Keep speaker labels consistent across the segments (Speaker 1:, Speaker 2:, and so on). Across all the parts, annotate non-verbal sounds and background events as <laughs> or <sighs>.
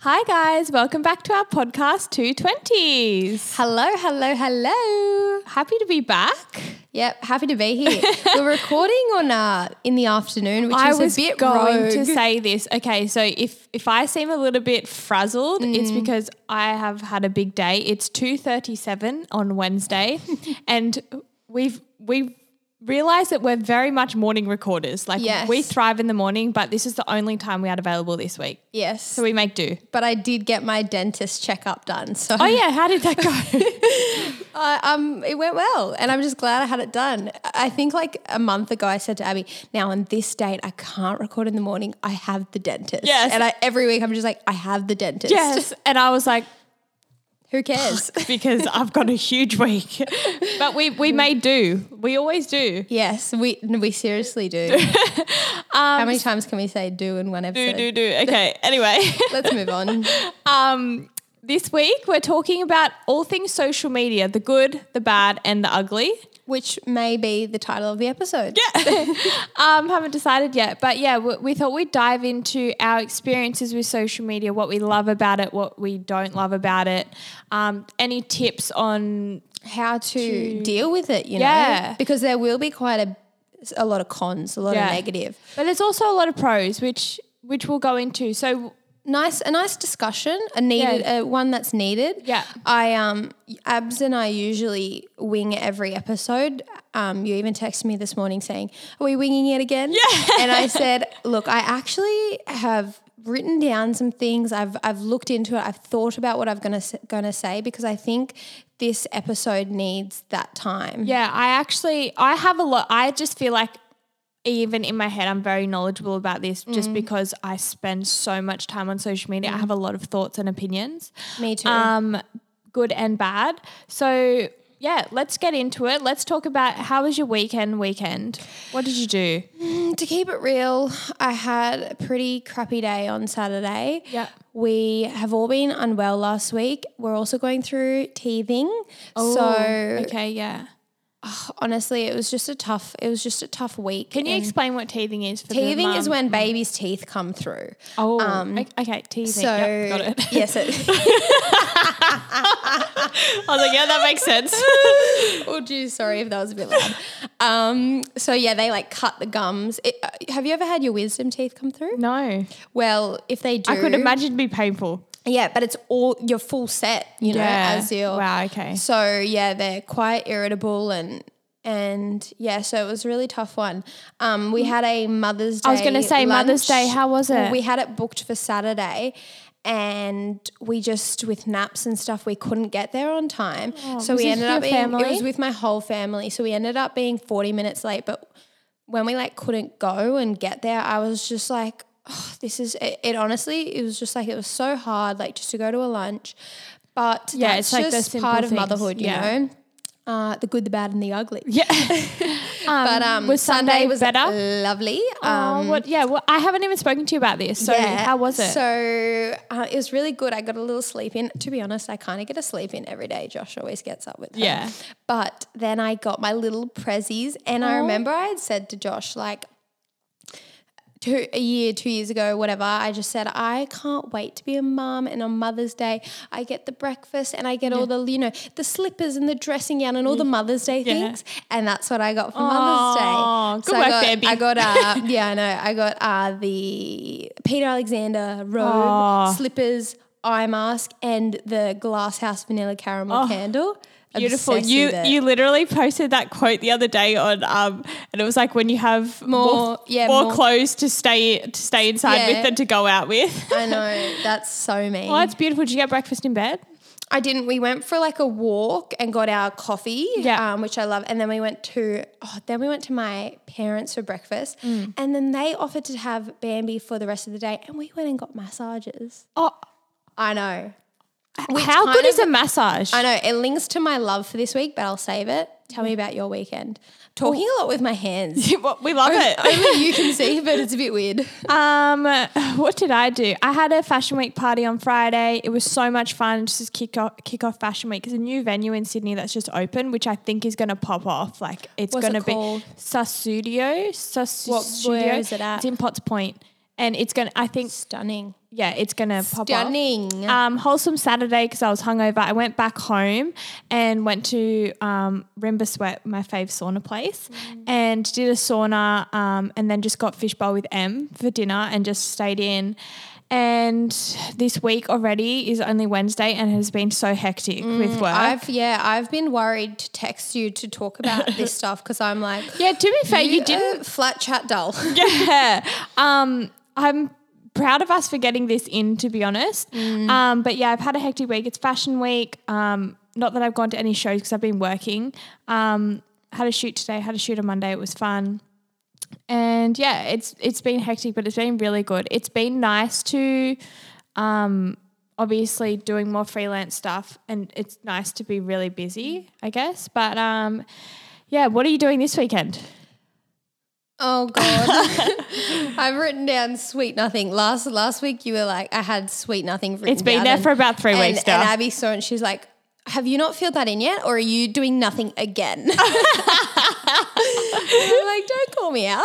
Speaker 1: Hi, guys. Welcome back to our podcast, 220s.
Speaker 2: Hello, hello, hello.
Speaker 1: Happy to be back.
Speaker 2: Yep, happy to be here.
Speaker 1: <laughs>
Speaker 2: We're recording on uh, in the afternoon, which
Speaker 1: I
Speaker 2: is
Speaker 1: was
Speaker 2: a bit
Speaker 1: going
Speaker 2: rogue.
Speaker 1: to say this. Okay, so if if I seem a little bit frazzled, it's
Speaker 2: Mm.
Speaker 1: because I have had a big day. It's 2:37 on
Speaker 2: <laughs>
Speaker 1: Wednesday, and we've we've realized that we're very much morning recorders. Like
Speaker 2: Yes.
Speaker 1: we thrive in the morning, but this is the only time we had available this week.
Speaker 2: yes,
Speaker 1: So we make do.
Speaker 2: but I did get my dentist checkup done, so <laughs>
Speaker 1: Oh yeah, how did that go?
Speaker 2: I- um, it went well, and I'm just glad I had it done. I- I think like a month ago, I said to Abby, "Now on this date, I can't record in the morning. I have the dentist."
Speaker 1: Yes.
Speaker 2: and I, every week I'm just like, "I have the dentist."
Speaker 1: yes, and I was like,
Speaker 2: <laughs>
Speaker 1: <laughs>
Speaker 2: who cares?
Speaker 1: because I've got a huge week. But we we may do. We always do.
Speaker 2: yes, we we
Speaker 1: <laughs>
Speaker 2: seriously do. How many times can we say "do" in one
Speaker 1: Um, Do
Speaker 2: episode?
Speaker 1: do do. Okay. Anyway, <laughs>
Speaker 2: Let's move on.
Speaker 1: um this week we're talking about all things social media, the good, the bad and the ugly.
Speaker 2: which may be the title of the episode.
Speaker 1: Um haven't decided yet, but yeah, we, we thought we'd dive into our experiences with social media, what we love about it, what we don't love about it. Um any tips on
Speaker 2: How to, deal with it, you
Speaker 1: Yeah.
Speaker 2: know? Because there will be quite a a lot of cons, a lot
Speaker 1: Yeah.
Speaker 2: of negative.
Speaker 1: But there's also a lot of pros which which we'll go into. So
Speaker 2: Nice a nice discussion, a needed
Speaker 1: Yeah.
Speaker 2: a one that's needed.
Speaker 1: Yeah.
Speaker 2: I um Abs and I usually wing every episode. Um you even texted me this morning saying, "Are we winging it again?" Yeah. And
Speaker 1: <laughs>
Speaker 2: I said, "Look, I actually have written down some things. I've I've looked into it. I've thought about what I'm going to going to say because I think this episode needs that time."
Speaker 1: Yeah, I actually I have a lot. I just feel like even in my head, I'm very knowledgeable about this
Speaker 2: Mm.
Speaker 1: just because I spend so much time on social media. I have a lot of thoughts and opinions,
Speaker 2: Me too.
Speaker 1: um, good and bad. So yeah, let's get into it. Let's talk about how was your weekend? Weekend, what did you do?
Speaker 2: to keep it real, I had a pretty crappy day on Saturday.
Speaker 1: Yeah.
Speaker 2: We have all been unwell last week. We're also going through teething.
Speaker 1: Oh,
Speaker 2: so
Speaker 1: okay, yeah.
Speaker 2: honestly, it was just a tough it was just a tough week.
Speaker 1: Can you
Speaker 2: And
Speaker 1: explain what teething is? For the
Speaker 2: teething is
Speaker 1: mum?
Speaker 2: when babies' teeth come through.
Speaker 1: oh o- okay teething.
Speaker 2: So
Speaker 1: Yep, got it. <laughs>
Speaker 2: <laughs> yes, it,
Speaker 1: I was like, yeah, that makes
Speaker 2: <laughs>
Speaker 1: sense.
Speaker 2: oh geez, sorry if that was a bit loud. Um, so yeah, they like cut the gums. It, uh, have you ever had your wisdom teeth come through?
Speaker 1: no,
Speaker 2: Well, if they do,
Speaker 1: I could imagine it'd be painful.
Speaker 2: Yeah, but it's all your full set, you know,
Speaker 1: Yeah.
Speaker 2: as your
Speaker 1: Wow, okay.
Speaker 2: So yeah, they're quite irritable and and yeah, so it was a really tough one. Um, we had a Mother's Day.
Speaker 1: I was going to say Mother's
Speaker 2: lunch.
Speaker 1: Day. How was it?
Speaker 2: We had it booked for Saturday. And we just with naps and stuff, we couldn't get there on time. so
Speaker 1: Oh, was
Speaker 2: we
Speaker 1: this
Speaker 2: ended
Speaker 1: your
Speaker 2: up being it
Speaker 1: family?
Speaker 2: was with my whole family. So we ended up being forty minutes late. But when we like couldn't go and get there, I was just like, oh, this is it, it. Honestly, it was just like it was so hard, like just to go to a lunch. But
Speaker 1: Yeah,
Speaker 2: that's
Speaker 1: it's like the
Speaker 2: just
Speaker 1: simple
Speaker 2: part
Speaker 1: things,
Speaker 2: of motherhood, you
Speaker 1: yeah.
Speaker 2: know. Uh, the good, the bad, and the ugly. <laughs>
Speaker 1: Yeah.
Speaker 2: But um,
Speaker 1: was Sunday
Speaker 2: was um,
Speaker 1: better?
Speaker 2: Lovely.
Speaker 1: Oh,
Speaker 2: Um,
Speaker 1: what? Yeah. Well, I haven't even spoken to you about this. So how was it?
Speaker 2: So uh, it was really good. I got a little sleep in. To be honest, I kind of get a sleep in every day. Josh always gets up with her.
Speaker 1: Yeah.
Speaker 2: But then I got my little prezzies, and I remember I had said to Josh like. Two, a year, two years ago, whatever, I just said, I can't wait to be a mum. And on Mother's Day, I get the breakfast and I get all the, you know, the slippers and the dressing gown and all the
Speaker 1: Mm.
Speaker 2: Mother's Day things. And that's what I got for Mother's Day.
Speaker 1: Aw, good
Speaker 2: I
Speaker 1: work,
Speaker 2: got-
Speaker 1: baby.
Speaker 2: I
Speaker 1: <laughs>
Speaker 2: got got, uh, yeah, I know. I got uh, the Peter Alexander robe,
Speaker 1: Aw.
Speaker 2: slippers, eye mask, and the Glasshouse vanilla caramel candle.
Speaker 1: Oh, Beautiful.
Speaker 2: Obsessed
Speaker 1: You
Speaker 2: with it.
Speaker 1: you literally posted that quote the other day on um, and it was like when you have more
Speaker 2: More- yeah,
Speaker 1: more,
Speaker 2: more-
Speaker 1: clothes to stay to stay inside
Speaker 2: Yeah.
Speaker 1: with than to go out
Speaker 2: <laughs>
Speaker 1: with.
Speaker 2: I know that's so mean.
Speaker 1: oh, it's beautiful. Did you get breakfast in bed?
Speaker 2: I didn't. We went for like a walk and got our coffee,
Speaker 1: Yeah.
Speaker 2: um, which I love. And then we went to, oh, then we went to my parents for breakfast,
Speaker 1: Mm.
Speaker 2: and then they offered to have Bambi for the rest of the day, and we went and got massages.
Speaker 1: Oh,
Speaker 2: I know.
Speaker 1: how good
Speaker 2: kind
Speaker 1: is a massage? <laughs>
Speaker 2: I know it links to my love for this week, but I'll save it. Tell me about your weekend. Mm-hmm. Talking a lot with my <laughs> hands.
Speaker 1: we love it.
Speaker 2: Only you can see, but it's a bit weird.
Speaker 1: Um, <sighs> what did I do? I had a fashion week party on Friday. It was so much fun. Just to kick off, kick off fashion week. It's a new venue in Sydney that's just open, which I think is going to pop off. Like it's
Speaker 2: What's it
Speaker 1: going to be
Speaker 2: called?
Speaker 1: Sasudio. Sus
Speaker 2: What- where
Speaker 1: Studio.
Speaker 2: is it at?
Speaker 1: It's in Potts Point. and it's gonna. I think
Speaker 2: Stunning.
Speaker 1: yeah, it's gonna pop up.
Speaker 2: Stunning.
Speaker 1: Um, wholesome Saturday because I was hungover. I went back home and went to um, Rimba Sweat, my fave sauna place, and did a sauna um, and then just got fishbowl with M for dinner and just stayed in. And this week already is only Wednesday and has been so hectic with work.
Speaker 2: I've yeah, I've been worried to text you to talk about <laughs> this stuff because I'm like,
Speaker 1: yeah, to be fair, you, didn't.
Speaker 2: uh, flat chat dull.
Speaker 1: yeah. <laughs> Um, I'm proud of us for getting this in, to be honest. Um, but yeah, I've had a hectic week. It's fashion week. Um, not that I've gone to any shows because I've been working. Um, had a shoot today, had a shoot on Monday. It was fun. And yeah, it's it's been hectic, but it's been really good. It's been nice to um obviously doing more freelance stuff and it's nice to be really busy, I guess. But um yeah, what are you doing this weekend?
Speaker 2: Oh god,
Speaker 1: <laughs>
Speaker 2: I've written down sweet nothing. Last last week you were like, I had sweet nothing. Written
Speaker 1: It's been
Speaker 2: down
Speaker 1: there
Speaker 2: and-
Speaker 1: for about three
Speaker 2: and,
Speaker 1: weeks
Speaker 2: And
Speaker 1: now.
Speaker 2: Abby saw it and she was like, Have you not filled that in yet, or are you doing nothing
Speaker 1: <laughs>
Speaker 2: again? I'm like, don't call me out.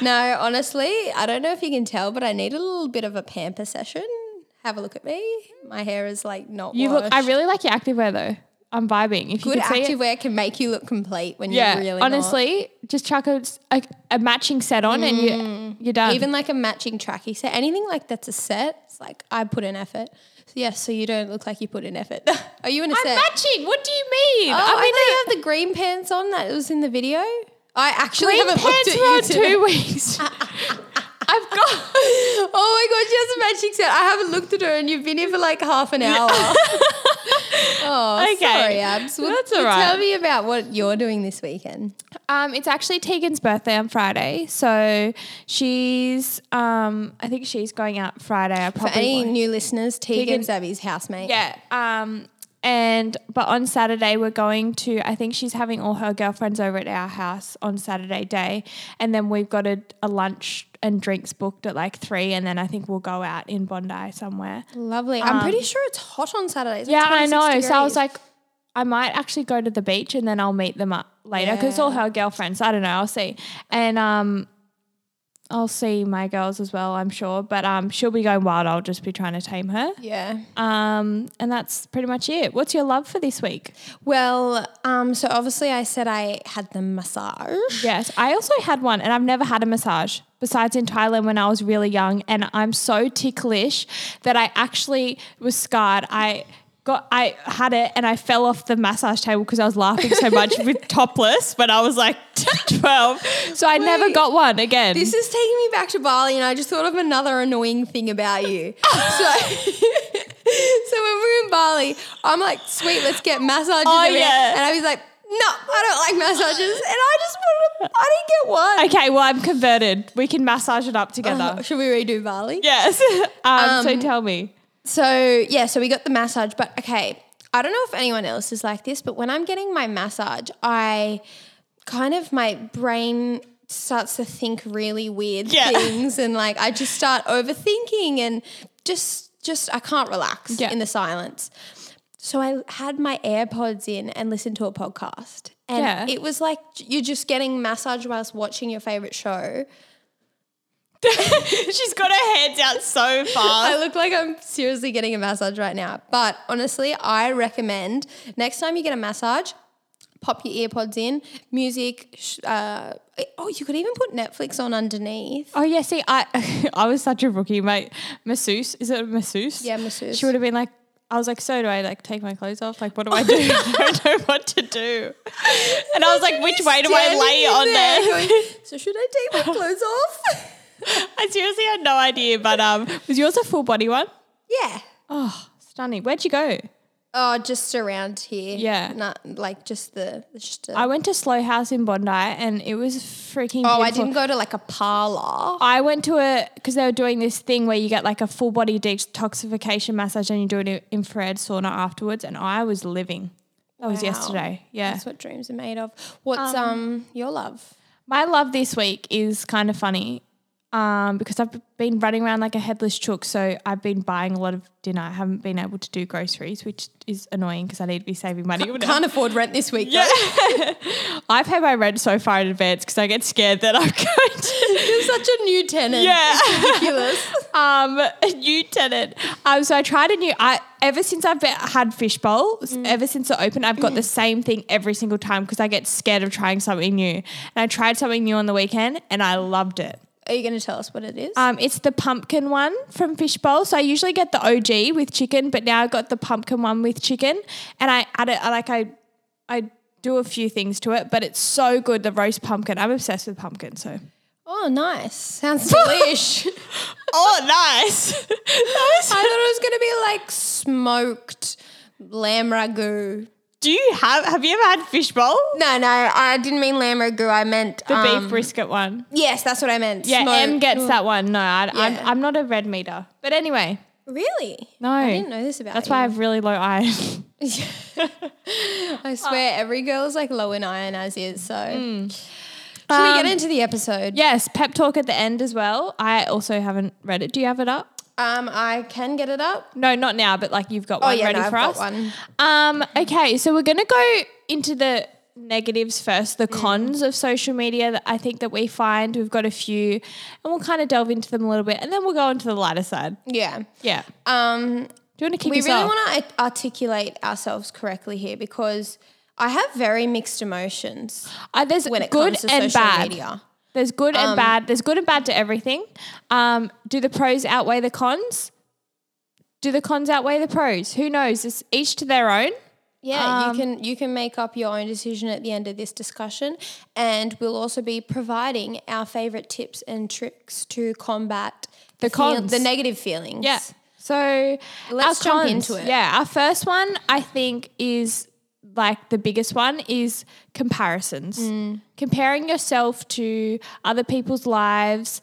Speaker 2: No, honestly, I don't know if you can tell, but I need a little bit of a pamper session. Have a look at me. My hair is like not.
Speaker 1: You look. I
Speaker 2: washed.
Speaker 1: really like your activewear though. I'm vibing. If you
Speaker 2: good
Speaker 1: could see it.
Speaker 2: activewear can make you look complete when
Speaker 1: Yeah,
Speaker 2: you're really not.
Speaker 1: honestly, just chuck a, a, a matching set on and you you're done.
Speaker 2: Mm. even like a matching tracky set, anything like that's a set. It's like I put in effort. So, yes, so you don't look like you put in effort. <laughs> Are you in a
Speaker 1: I'm
Speaker 2: set?
Speaker 1: matching. What do you mean?
Speaker 2: Oh,
Speaker 1: I've been
Speaker 2: I thought you have the green pants on that was in the video. I actually
Speaker 1: green
Speaker 2: haven't
Speaker 1: pants
Speaker 2: looked
Speaker 1: for
Speaker 2: at you today.
Speaker 1: two weeks. <laughs> I've got.
Speaker 2: <laughs> Oh my god, she has a matching set. I haven't looked at her, and you've been here for like half an <laughs> hour. oh,
Speaker 1: Okay.
Speaker 2: sorry, Abs. Well,
Speaker 1: That's all
Speaker 2: Tell
Speaker 1: right.
Speaker 2: me about what you're doing this weekend.
Speaker 1: Um, it's actually Tegan's birthday on Friday, so she's. Um, I think she's going out Friday. I
Speaker 2: For
Speaker 1: probably
Speaker 2: any
Speaker 1: won't.
Speaker 2: new listeners, Tegan's Abby's housemate.
Speaker 1: Yeah. Um, and but on Saturday we're going to. I think she's having all her girlfriends over at our house on Saturday day, and then we've got a, a lunch and drinks booked at like three, and then I think we'll go out in Bondi somewhere.
Speaker 2: Lovely. I'm pretty sure it's hot on Saturdays.
Speaker 1: Yeah, I know. So I was
Speaker 2: like. 26 degrees.
Speaker 1: like, I might actually go to the beach and then I'll meet them up later because it's all her girlfriends. I don't know. I'll see. And um, I'll see my girls as well. I'm sure, but um, she'll be going wild. I'll just be trying to tame her.
Speaker 2: Yeah.
Speaker 1: Um, and that's pretty much it. What's your love for this week?
Speaker 2: Well, um, so obviously I said I had the massage.
Speaker 1: Yes, I also had one, and I've never had a massage besides in Thailand when I was really young, and I'm so ticklish that I actually was scarred. I got I had it and I fell off the massage table because I was laughing so
Speaker 2: <laughs>
Speaker 1: much with topless, but I was like <laughs> 12. So I never
Speaker 2: Wait.
Speaker 1: got one again.
Speaker 2: This is taking me back to Bali, and I just thought of another annoying thing about <laughs> you. so, so when we were in Bali, I'm like, sweet, let's get massages.
Speaker 1: Oh,
Speaker 2: and everything.
Speaker 1: yeah.
Speaker 2: And I was like, no, I don't like massages. And I just wanted, I didn't get one.
Speaker 1: okay, well I'm converted. We can massage it up together.
Speaker 2: Oh, should we redo Bali?
Speaker 1: Yes. <laughs> Um, so tell me. <laughs>
Speaker 2: So yeah, so we got the massage, but okay, I don't know if anyone else is like this, but when I'm getting my massage, I kind of my brain starts to think really weird
Speaker 1: Yeah. <laughs>
Speaker 2: things and like I just start overthinking and just just I can't relax
Speaker 1: Yeah.
Speaker 2: in the silence. So I had my AirPods in and listened to a podcast. And
Speaker 1: Yeah.
Speaker 2: it was like you're just getting massage whilst watching your favorite show.
Speaker 1: She's got her hands out
Speaker 2: <laughs>
Speaker 1: so
Speaker 2: I
Speaker 1: far.
Speaker 2: look like I'm seriously getting a massage right now. But honestly, I recommend next time you get a massage, pop your earpods in, music. sh- Uh, oh, you could even put Netflix on underneath.
Speaker 1: Oh yeah, see, I <laughs> I was such a rookie, mate. Masseuse, is it a masseuse?
Speaker 2: Yeah, masseuse.
Speaker 1: She would have been like, I was like, so do I like take my clothes off? Like, what do <laughs> I do? I don't know what to do. And I was like, which way do I
Speaker 2: Standing
Speaker 1: lay
Speaker 2: in
Speaker 1: on there?
Speaker 2: going, <laughs> so should I take my clothes off?
Speaker 1: <laughs> I seriously had no idea. But um, was yours a full body one?
Speaker 2: yeah.
Speaker 1: Oh, stunning. Where'd you go?
Speaker 2: Oh, just around here.
Speaker 1: Yeah.
Speaker 2: Not like just the just. A,
Speaker 1: I went to Slow House in Bondi, and it was freaking.
Speaker 2: oh,
Speaker 1: beautiful.
Speaker 2: I didn't go to like a parlor.
Speaker 1: I went to a because they were doing this thing where you get like a full body detoxification massage and you do an infrared sauna afterwards, and I was living. That was
Speaker 2: Wow.
Speaker 1: yesterday. Yeah.
Speaker 2: That's what dreams are made of. What's um your love?
Speaker 1: My love this week is kind of funny. um, because I've been running around like a headless chook. So I've been buying a lot of dinner. I haven't been able to do groceries, which is annoying because I need to be saving
Speaker 2: <laughs>
Speaker 1: money.
Speaker 2: Can't afford rent this week. Yeah.
Speaker 1: I pay my rent so far in advance because I get scared that I'm <laughs> going to.
Speaker 2: <laughs> <laughs> You're such a new tenant.
Speaker 1: Yeah.
Speaker 2: Ridiculous.
Speaker 1: um, <laughs> a new tenant. Um, so I tried a new. I ever since I've been, had fishbowl, s- ever since it opened, I've got the same thing every single time because I get scared of trying something new. And I tried something new on the weekend, and I loved it.
Speaker 2: <laughs> Are you going to tell us what it is?
Speaker 1: Um, it's the pumpkin one from Fishbowl. So I usually get the OG with chicken, but now I got the pumpkin one with chicken, and I add it I like I, I do a few things to it, but it's so good. The roast pumpkin. I'm obsessed with pumpkin. So.
Speaker 2: oh, nice. <laughs> Sounds delish.
Speaker 1: Oh, nice. <laughs>
Speaker 2: I thought it was going to be like smoked lamb ragu.
Speaker 1: do you have? Have you ever had fishbowl?
Speaker 2: No, no, I didn't mean lamb ragu. I meant
Speaker 1: The
Speaker 2: um,
Speaker 1: beef brisket one.
Speaker 2: Yes, that's what I meant.
Speaker 1: Yeah, M
Speaker 2: Smoked.
Speaker 1: gets that one. No, I, I'm,
Speaker 2: Yeah.
Speaker 1: I'm not a red meter. But anyway,
Speaker 2: Really?
Speaker 1: no.
Speaker 2: I didn't know this about
Speaker 1: That's
Speaker 2: you.
Speaker 1: why I have really low iron. <laughs>
Speaker 2: I swear every girl is like low in iron as is. So, should we
Speaker 1: Um,
Speaker 2: get into the episode?
Speaker 1: yes, pep talk at the end as well. I also haven't read it. Do you have it up?
Speaker 2: Um, I can get it up.
Speaker 1: No, not now, but like you've got one
Speaker 2: yeah,
Speaker 1: ready
Speaker 2: no, I've
Speaker 1: for
Speaker 2: got
Speaker 1: us.
Speaker 2: one.
Speaker 1: Um, okay, so we're gonna go into the negatives first, the cons of social media that I think that we find. We've got a few, and we'll kind of delve into them a little bit, and then we'll go into the lighter side.
Speaker 2: Yeah.
Speaker 1: Yeah.
Speaker 2: Um,
Speaker 1: Do you want to kick
Speaker 2: we
Speaker 1: us
Speaker 2: really
Speaker 1: off?
Speaker 2: want to articulate ourselves correctly here because I have very mixed emotions
Speaker 1: Uh, there's
Speaker 2: when it
Speaker 1: good
Speaker 2: comes to
Speaker 1: and
Speaker 2: social
Speaker 1: bad.
Speaker 2: media. Um,
Speaker 1: There's good and bad. There's good and bad to everything. Um, do the pros outweigh the cons? Do the cons outweigh the pros? Who knows? It's each to their own.
Speaker 2: Yeah,
Speaker 1: Um,
Speaker 2: you can you can make up your own decision at the end of this discussion, and we'll also be providing our favorite tips and tricks to combat the
Speaker 1: cons.
Speaker 2: the negative feelings.
Speaker 1: Yeah. So
Speaker 2: Let's
Speaker 1: our
Speaker 2: jump
Speaker 1: cons,
Speaker 2: into it.
Speaker 1: Yeah, our first one I think is like the biggest one is comparisons.
Speaker 2: Mm.
Speaker 1: Comparing yourself to other people's lives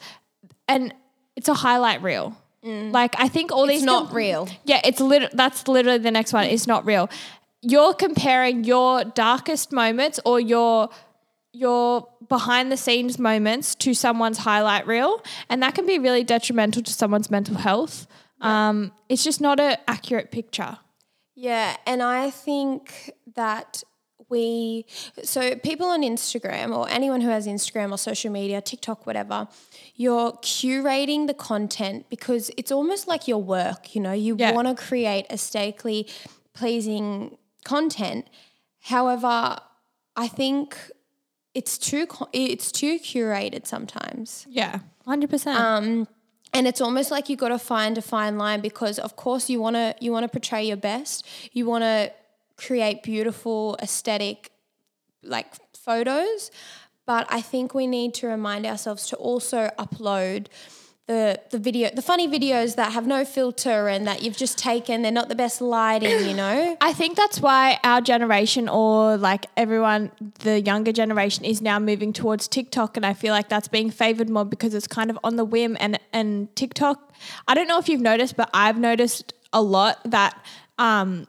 Speaker 1: and it's a highlight reel. Like I think all these
Speaker 2: Mm. it's not real.
Speaker 1: yeah, it's lit- that's literally the next one. It's not real. You're comparing your darkest moments or your your behind the scenes moments to someone's highlight reel, and that can be really detrimental to someone's mental health. Um, it's just not an accurate picture.
Speaker 2: Yeah, and I think that we so people on Instagram or anyone who has Instagram or social media, TikTok, whatever, you're curating the content because it's almost like your work, you know, you
Speaker 1: Yeah.
Speaker 2: want to create aesthetically pleasing content. However, I think it's too co- it's too curated sometimes.
Speaker 1: Yeah, hundred percent.
Speaker 2: and it's almost like you got to find a fine line because of course you want to you want to portray your best you want to create beautiful aesthetic like photos but i think we need to remind ourselves to also upload the, the video the funny videos that have no filter and that you've just taken they're not the best lighting you know
Speaker 1: I think that's why our generation or like everyone, the younger generation is now moving towards TikTok. And I feel like that's being favored more because it's kind of on the whim and, and TikTok. I don't know if you've noticed, but I've noticed a lot that um,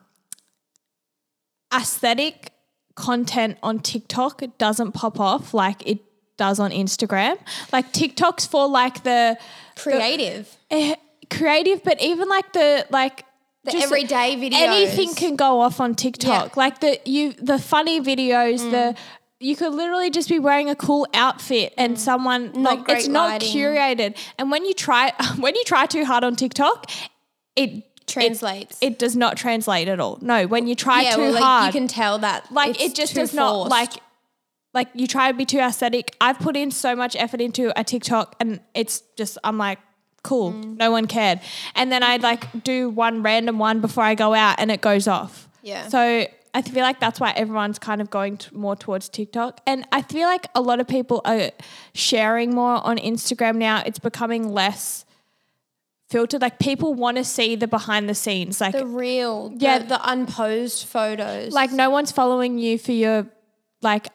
Speaker 1: aesthetic content on TikTok doesn't pop off like it does on Instagram. Like TikTok's for like <coughs> the
Speaker 2: creative
Speaker 1: eh, creative, but even like the like
Speaker 2: the
Speaker 1: just-
Speaker 2: everyday videos
Speaker 1: anything can go off on TikTok. Like the you the funny videos,
Speaker 2: Mm.
Speaker 1: the you could literally just be wearing a cool outfit and someone like it's
Speaker 2: Mm. great
Speaker 1: not
Speaker 2: lighting.
Speaker 1: curated. And when you try <laughs> when you try too hard on TikTok, it
Speaker 2: translates
Speaker 1: it does not translate at all. No, when you try
Speaker 2: yeah
Speaker 1: too
Speaker 2: well, like
Speaker 1: hard,
Speaker 2: you can tell that
Speaker 1: like
Speaker 2: it's
Speaker 1: it just
Speaker 2: too
Speaker 1: does not
Speaker 2: forced.
Speaker 1: like like you try to be too aesthetic. I've put in so much effort into a TikTok and it's just I'm like cool,
Speaker 2: Mm.
Speaker 1: no one cared. And then I'd like do one random one before I go out and it goes off.
Speaker 2: Yeah.
Speaker 1: So I feel like that's why everyone's kind of going t more towards TikTok. And I feel like a lot of people are sharing more on Instagram now. It's becoming less filtered. Like people want to see the behind the scenes. Like
Speaker 2: the real, yeah,
Speaker 1: Yeah.
Speaker 2: the, the unposed photos.
Speaker 1: like no one's following you for your like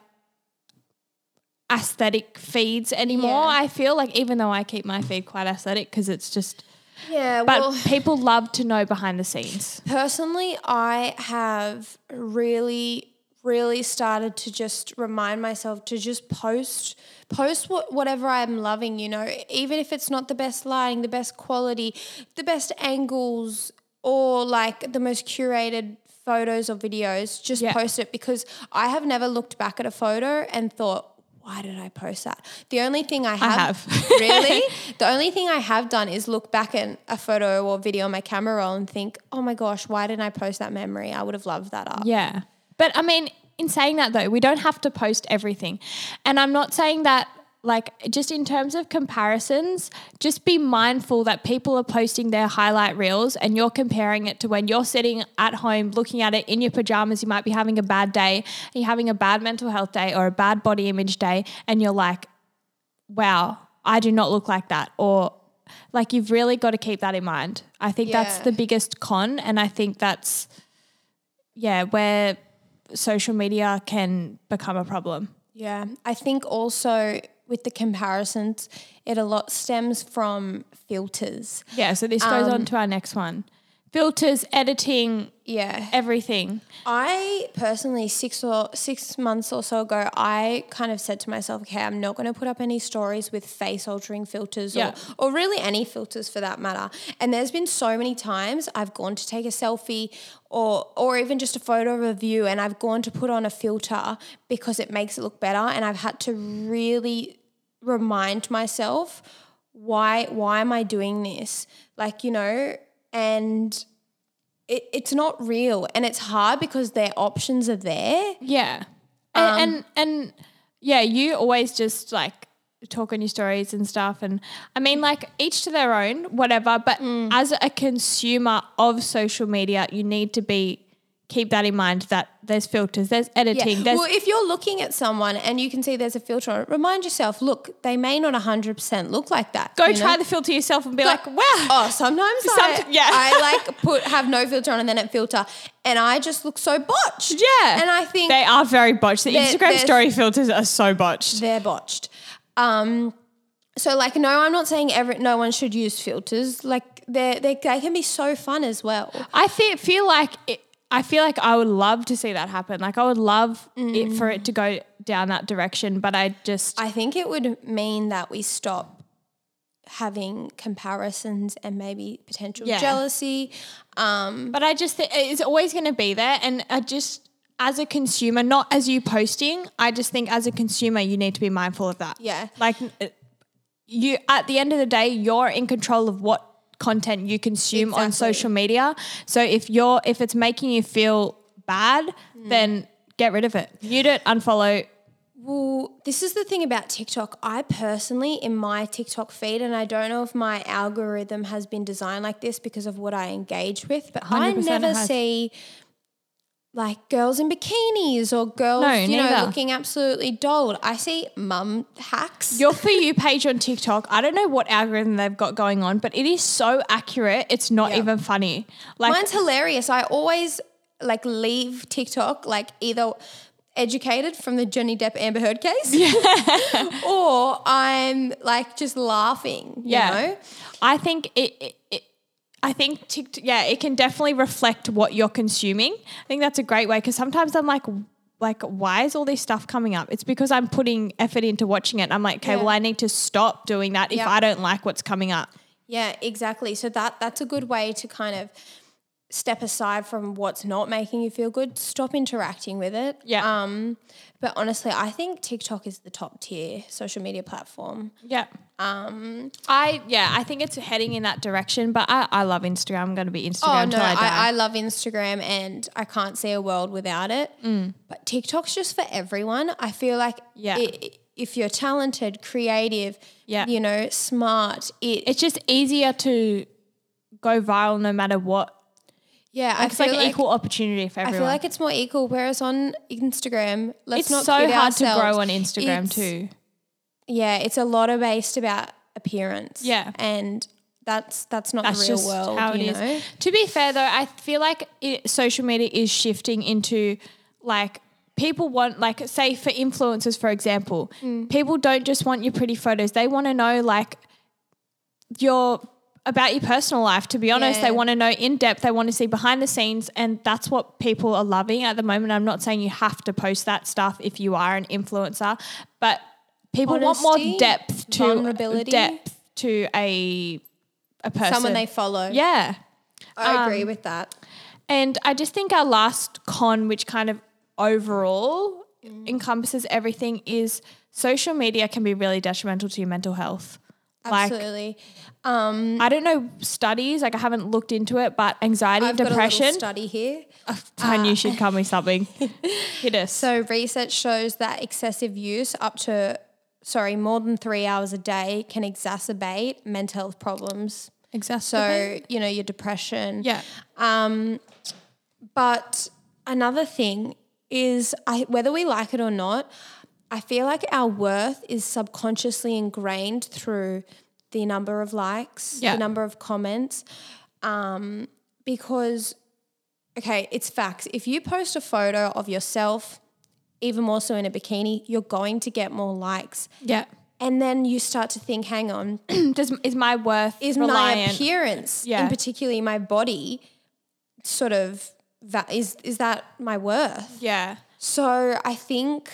Speaker 1: aesthetic feeds anymore.
Speaker 2: Yeah.
Speaker 1: I feel like even though I keep my feed quite aesthetic because it's just,
Speaker 2: yeah,
Speaker 1: but
Speaker 2: well,
Speaker 1: people love to know behind the scenes.
Speaker 2: personally, I have really, really started to just remind myself to just post post what, whatever I'm loving, you know, even if it's not the best lighting, the best quality, the best angles or like the most curated photos or videos, just
Speaker 1: Yeah.
Speaker 2: post it because I have never looked back at a photo and thought why did I post that? The only thing I have,
Speaker 1: have.
Speaker 2: really, <laughs> the only thing I have done is look back at a photo or video on my camera roll and think, oh my gosh, why didn't I post that memory? I would have loved that up.
Speaker 1: Yeah. But I mean, in saying that though, we don't have to post everything. And I'm not saying that like just in terms of comparisons, just be mindful that people are posting their highlight reels and you're comparing it to when you're sitting at home looking at it in your pajamas, you might be having a bad day, and you're having a bad mental health day or a bad body image day and you're like, "Wow, I do not look like that." Or like you've really got to keep that in mind. I think that's
Speaker 2: Yeah.
Speaker 1: the biggest con and I think that's yeah, where social media can become a problem.
Speaker 2: Yeah, I think also with the comparisons, it a lot stems from filters.
Speaker 1: Yeah, so this goes on to our next one. Filters, editing,
Speaker 2: Yeah,
Speaker 1: everything.
Speaker 2: I personally six or six months or so ago, I kind of said to myself, okay, I'm not going to put up any stories with face altering filters
Speaker 1: Yeah.
Speaker 2: or, or really any filters for that matter. And there's been so many times I've gone to take a selfie or or even just a photo of a view, and I've gone to put on a filter because it makes it look better, and I've had to really remind myself why why am I doing this? Like you know and it, it's not real and it's hard because their options are there.
Speaker 1: Yeah. And, and and yeah, you always just like talk on your stories and stuff and I mean like each to their own, whatever, but as a consumer of social media, you need to be keep that in mind that there's filters, there's editing, there's
Speaker 2: Well, if you're looking at someone and you can see there's a filter on it, remind yourself, look, they may not 100% look like that.
Speaker 1: go
Speaker 2: you
Speaker 1: try
Speaker 2: know?
Speaker 1: the filter yourself and be like, wow.
Speaker 2: Oh, sometimes I,
Speaker 1: Somet- yeah.
Speaker 2: I like put have no filter on and then it filter and I just look so botched.
Speaker 1: Yeah.
Speaker 2: And I think
Speaker 1: they are very botched. The
Speaker 2: They're-
Speaker 1: Instagram
Speaker 2: they're-
Speaker 1: story filters are so botched.
Speaker 2: they're botched. Um, so like, no, I'm not saying every, no one should use filters. Like they're, they, they can be so fun as well.
Speaker 1: I feel, feel like it, I feel like I would love to see that happen. Like I would love it for it to go down that direction, but I just
Speaker 2: I think it would mean that we stop having comparisons and maybe potential
Speaker 1: Yeah.
Speaker 2: jealousy. Um,
Speaker 1: but I just think it's always going to be there and I just as a consumer, not as you posting, I just think as a consumer you need to be mindful of that.
Speaker 2: Yeah.
Speaker 1: Like uh, you at the end of the day, you're in control of what content you consume on
Speaker 2: Exactly.
Speaker 1: social media. So if you're if it's making you feel bad,
Speaker 2: Mm.
Speaker 1: then get rid of it. Mute it, unfollow.
Speaker 2: well, this is the thing about TikTok. I personally, in my TikTok feed, and I don't know if my algorithm has been designed like this because of what I engage with, but I
Speaker 1: 100% it
Speaker 2: never
Speaker 1: has.
Speaker 2: see like girls in bikinis or girls,
Speaker 1: No,
Speaker 2: you know,
Speaker 1: neither.
Speaker 2: looking absolutely dolled. I see mum hacks.
Speaker 1: Your for you page on TikTok, I don't know what algorithm they've got going on, but it is so accurate. It's not
Speaker 2: Yeah.
Speaker 1: even funny. Like
Speaker 2: Mine's hilarious. I always like leave TikTok like either educated from the Johnny Depp Amber Heard case, <laughs> or I'm like just laughing. You
Speaker 1: Yeah.
Speaker 2: know?
Speaker 1: I think it, it, it I think TikTok, yeah, it can definitely reflect what you're consuming. I think that's a great way because sometimes I'm like, like, why is all this stuff coming up? It's because I'm putting effort into watching it. I'm like, okay,
Speaker 2: Yeah.
Speaker 1: well, I need to stop doing that if
Speaker 2: Yeah.
Speaker 1: I don't like what's coming up.
Speaker 2: Yeah, exactly. So that that's a good way to kind of step aside from what's not making you feel good. Stop interacting with it.
Speaker 1: Yeah.
Speaker 2: Um, but honestly, I think TikTok is the top tier social media platform.
Speaker 1: Yeah.
Speaker 2: Um,
Speaker 1: I, yeah, I think it's heading in that direction, but I, I love Instagram. I'm going to be Instagram
Speaker 2: Oh
Speaker 1: till
Speaker 2: no,
Speaker 1: I die.
Speaker 2: I, I love Instagram and I can't see a world without it. But TikTok's just for everyone. I feel like
Speaker 1: Mm. Yeah.
Speaker 2: it, if you're talented, creative,
Speaker 1: Yeah.
Speaker 2: you know, smart, it,
Speaker 1: it's just easier to go viral no matter what.
Speaker 2: yeah, I
Speaker 1: It's like,
Speaker 2: feel like,
Speaker 1: equal opportunity for
Speaker 2: I
Speaker 1: everyone.
Speaker 2: feel like it's more equal. Whereas on Instagram, let's
Speaker 1: it's
Speaker 2: not
Speaker 1: so hard
Speaker 2: kid
Speaker 1: to grow
Speaker 2: ourselves.
Speaker 1: on Instagram
Speaker 2: It's-
Speaker 1: too.
Speaker 2: Yeah, it's a lot of based about appearance.
Speaker 1: Yeah.
Speaker 2: and that's that's not
Speaker 1: That's
Speaker 2: the real
Speaker 1: just
Speaker 2: world.
Speaker 1: how it
Speaker 2: you
Speaker 1: is.
Speaker 2: know?
Speaker 1: To be fair, though, I feel like it, social media is shifting into like people want, like, say for influencers, for example,
Speaker 2: Mm.
Speaker 1: people don't just want your pretty photos; they want to know like your about your personal life. To be honest,
Speaker 2: Yeah.
Speaker 1: they want to know in depth. They want to see behind the scenes, and that's what people are loving at the moment. I'm not saying you have to post that stuff if you are an influencer, but people want
Speaker 2: Honesty,
Speaker 1: more depth to uh,
Speaker 2: vulnerability.
Speaker 1: depth to a a person.
Speaker 2: Someone they follow.
Speaker 1: yeah. um,
Speaker 2: I agree with that.
Speaker 1: And I just think our last con, which kind of overall
Speaker 2: Mm.
Speaker 1: encompasses everything, is social media can be really detrimental to your mental health. Like,
Speaker 2: Absolutely. Um,
Speaker 1: I don't know studies, like I haven't looked into it, but anxiety
Speaker 2: I've
Speaker 1: and
Speaker 2: got a little
Speaker 1: depression.
Speaker 2: study here.
Speaker 1: <laughs> I knew she'd come with
Speaker 2: <laughs>
Speaker 1: something. Hit us.
Speaker 2: So research shows that excessive use up to sorry, more than 3 hours a day can exacerbate mental health problems. So, you know, your depression.
Speaker 1: yeah.
Speaker 2: But another thing is I whether we like it or not, I feel like our worth is subconsciously ingrained through the number of likes,
Speaker 1: Yeah.
Speaker 2: the number of comments. Um, because okay, it's facts. If you post a photo of yourself, even more so in a bikini, you're going to get more likes.
Speaker 1: Yeah.
Speaker 2: And then you start to think, hang on,
Speaker 1: <clears throat> Does, is my worth
Speaker 2: is my
Speaker 1: reliant?
Speaker 2: appearance
Speaker 1: Yeah.
Speaker 2: and particularly my body sort of that is is that my worth
Speaker 1: yeah.
Speaker 2: so i think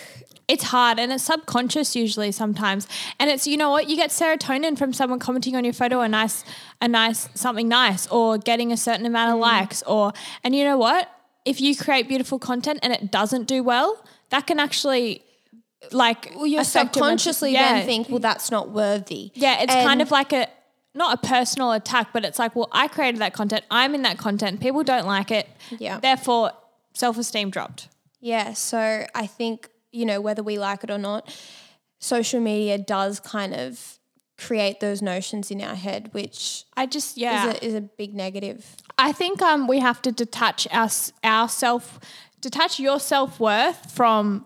Speaker 1: it's hard and it's subconscious usually sometimes and it's you know what you get serotonin from someone commenting on your photo a nice a nice something nice or getting a certain amount
Speaker 2: Mm.
Speaker 1: of likes or and you know what if you create beautiful content and it doesn't do well that can actually like well,
Speaker 2: you subconsciously then think well that's not worthy
Speaker 1: yeah it's
Speaker 2: And
Speaker 1: kind of like a not a personal attack but it's like well i created that content i'm in that content people don't like it
Speaker 2: Yeah.
Speaker 1: therefore self-esteem dropped
Speaker 2: yeah so i think you know whether we like it or not social media does kind of create those notions in our head which
Speaker 1: i just yeah
Speaker 2: is, a, is a big negative
Speaker 1: I think um, we have to detach our our self, detach your self worth from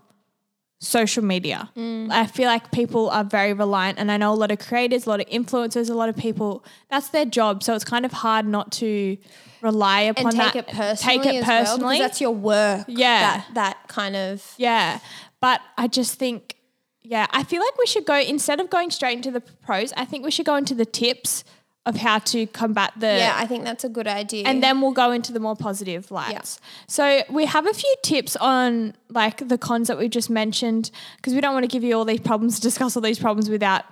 Speaker 1: social media.
Speaker 2: Mm.
Speaker 1: I feel like people are very reliant, and I know a lot of creators, a lot of influencers, a lot of people. That's their job, so it's kind of hard not to rely
Speaker 2: and
Speaker 1: upon
Speaker 2: take
Speaker 1: that.
Speaker 2: it personally
Speaker 1: Take it
Speaker 2: as well, because
Speaker 1: personally.
Speaker 2: that's your work
Speaker 1: Yeah.
Speaker 2: that, that kind of
Speaker 1: yeah, but I just think. Yeah, I feel like we should go instead of going straight into the pros. I think we should go into the tips of how to combat the
Speaker 2: yeah i think that's a good idea
Speaker 1: and then we'll go into the more positive lights. So we have a few tips on like the cons that we just mentioned because we don't want to give you all these problems, discuss all these problems without.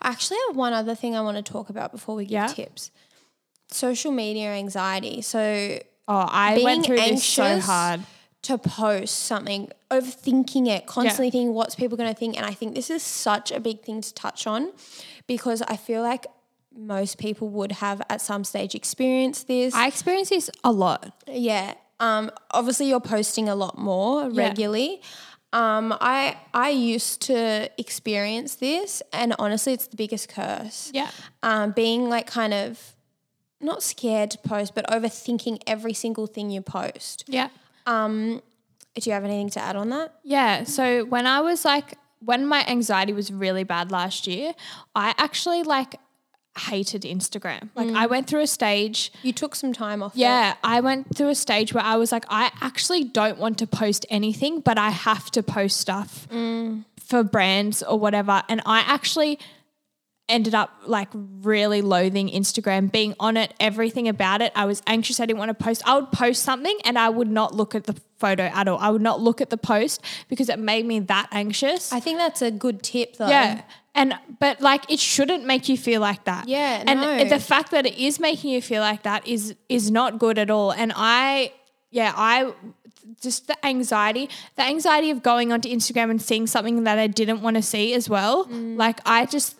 Speaker 2: I actually have one other thing I want to talk about before we give
Speaker 1: Yeah.
Speaker 2: tips. Social media anxiety. So
Speaker 1: Oh, I
Speaker 2: Being
Speaker 1: went through this so
Speaker 2: anxious.
Speaker 1: hard.
Speaker 2: to post something, overthinking it, constantly
Speaker 1: Yeah.
Speaker 2: thinking what's people going to think, and I think this is such a big thing to touch on because I feel like most people would have at some stage experienced this.
Speaker 1: I experience this a lot.
Speaker 2: Yeah. Um, obviously, you're posting a lot more regularly. Um, I I used to experience this, and honestly, it's the biggest curse.
Speaker 1: Yeah.
Speaker 2: Um, being like kind of not scared to post, but overthinking every single thing you post.
Speaker 1: Yeah.
Speaker 2: Do you have anything to add on that?
Speaker 1: Yeah. So when I was like, when my anxiety was really bad last year, I actually like hated Instagram. Like I went through a stage
Speaker 2: You took some time off. it.
Speaker 1: Yeah, I went through a stage where I was like, I actually don't want to post anything, but I have to post stuff
Speaker 2: Mm.
Speaker 1: for brands or whatever. And I actually ended up like really loathing Instagram, being on it, everything about it. I was anxious. I didn't want to post. I would post something and I would not look at the photo at all. I would not look at the post because it made me that anxious.
Speaker 2: I think that's a good tip though.
Speaker 1: Yeah. And but like it shouldn't make you feel like that.
Speaker 2: Yeah,
Speaker 1: And
Speaker 2: no.
Speaker 1: the fact that it is making you feel like that is is not good at all. And I yeah, I just the anxiety, the anxiety of going onto Instagram and seeing something that I didn't want to see as well.
Speaker 2: Mm.
Speaker 1: Like I just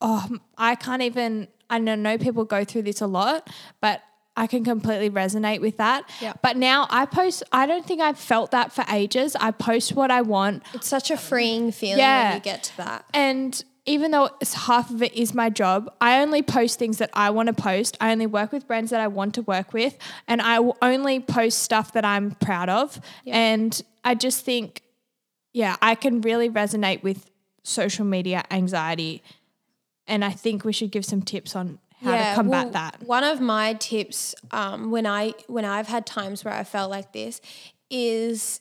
Speaker 1: oh, I can't even. I know, know people go through this a lot, but I can completely resonate with that.
Speaker 2: Yeah.
Speaker 1: But now I post. I don't think I've felt that for ages. I post what I want.
Speaker 2: It's such a freeing feeling
Speaker 1: Yeah.
Speaker 2: when you get to that.
Speaker 1: And even though it's half of it is my job, I only post things that I want to post. I only work with brands that I want to work with, and I will only post stuff that I'm proud of. And I just think, yeah, I can really resonate with social media anxiety, and I think we should give some tips on how to combat
Speaker 2: well,
Speaker 1: that.
Speaker 2: One of my tips um, when I when I've had times where I felt like this is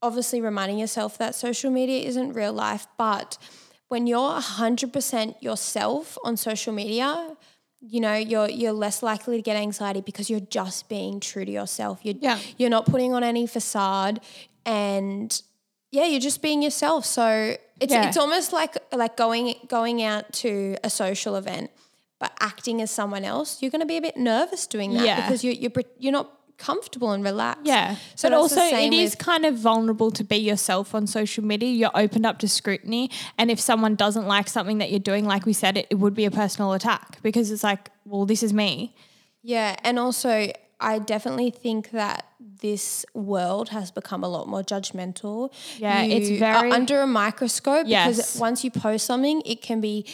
Speaker 2: obviously reminding yourself that social media isn't real life, but when you're 100% yourself on social media, you know you're you're less likely to get anxiety because you're just being true to yourself you're
Speaker 1: Yeah.
Speaker 2: you're not putting on any facade and yeah you're just being yourself so it's
Speaker 1: Yeah.
Speaker 2: it's almost like like going going out to a social event but acting as someone else you're going to be a bit nervous doing that
Speaker 1: Yeah.
Speaker 2: because you you're pre- you're not comfortable and relaxed
Speaker 1: Yeah.
Speaker 2: so
Speaker 1: but
Speaker 2: that's
Speaker 1: also,
Speaker 2: the
Speaker 1: it
Speaker 2: same
Speaker 1: is
Speaker 2: with-
Speaker 1: kind of vulnerable to be yourself on social media. You're opened up to scrutiny. And if someone doesn't like something that you're doing, like we said, it, it would be a personal attack because it's like, well, this is me.
Speaker 2: Yeah, and also I definitely think that this world has become a lot more judgmental.
Speaker 1: Yeah, it's
Speaker 2: You
Speaker 1: very-
Speaker 2: are under a microscope
Speaker 1: Yes.
Speaker 2: because once you post something, it can be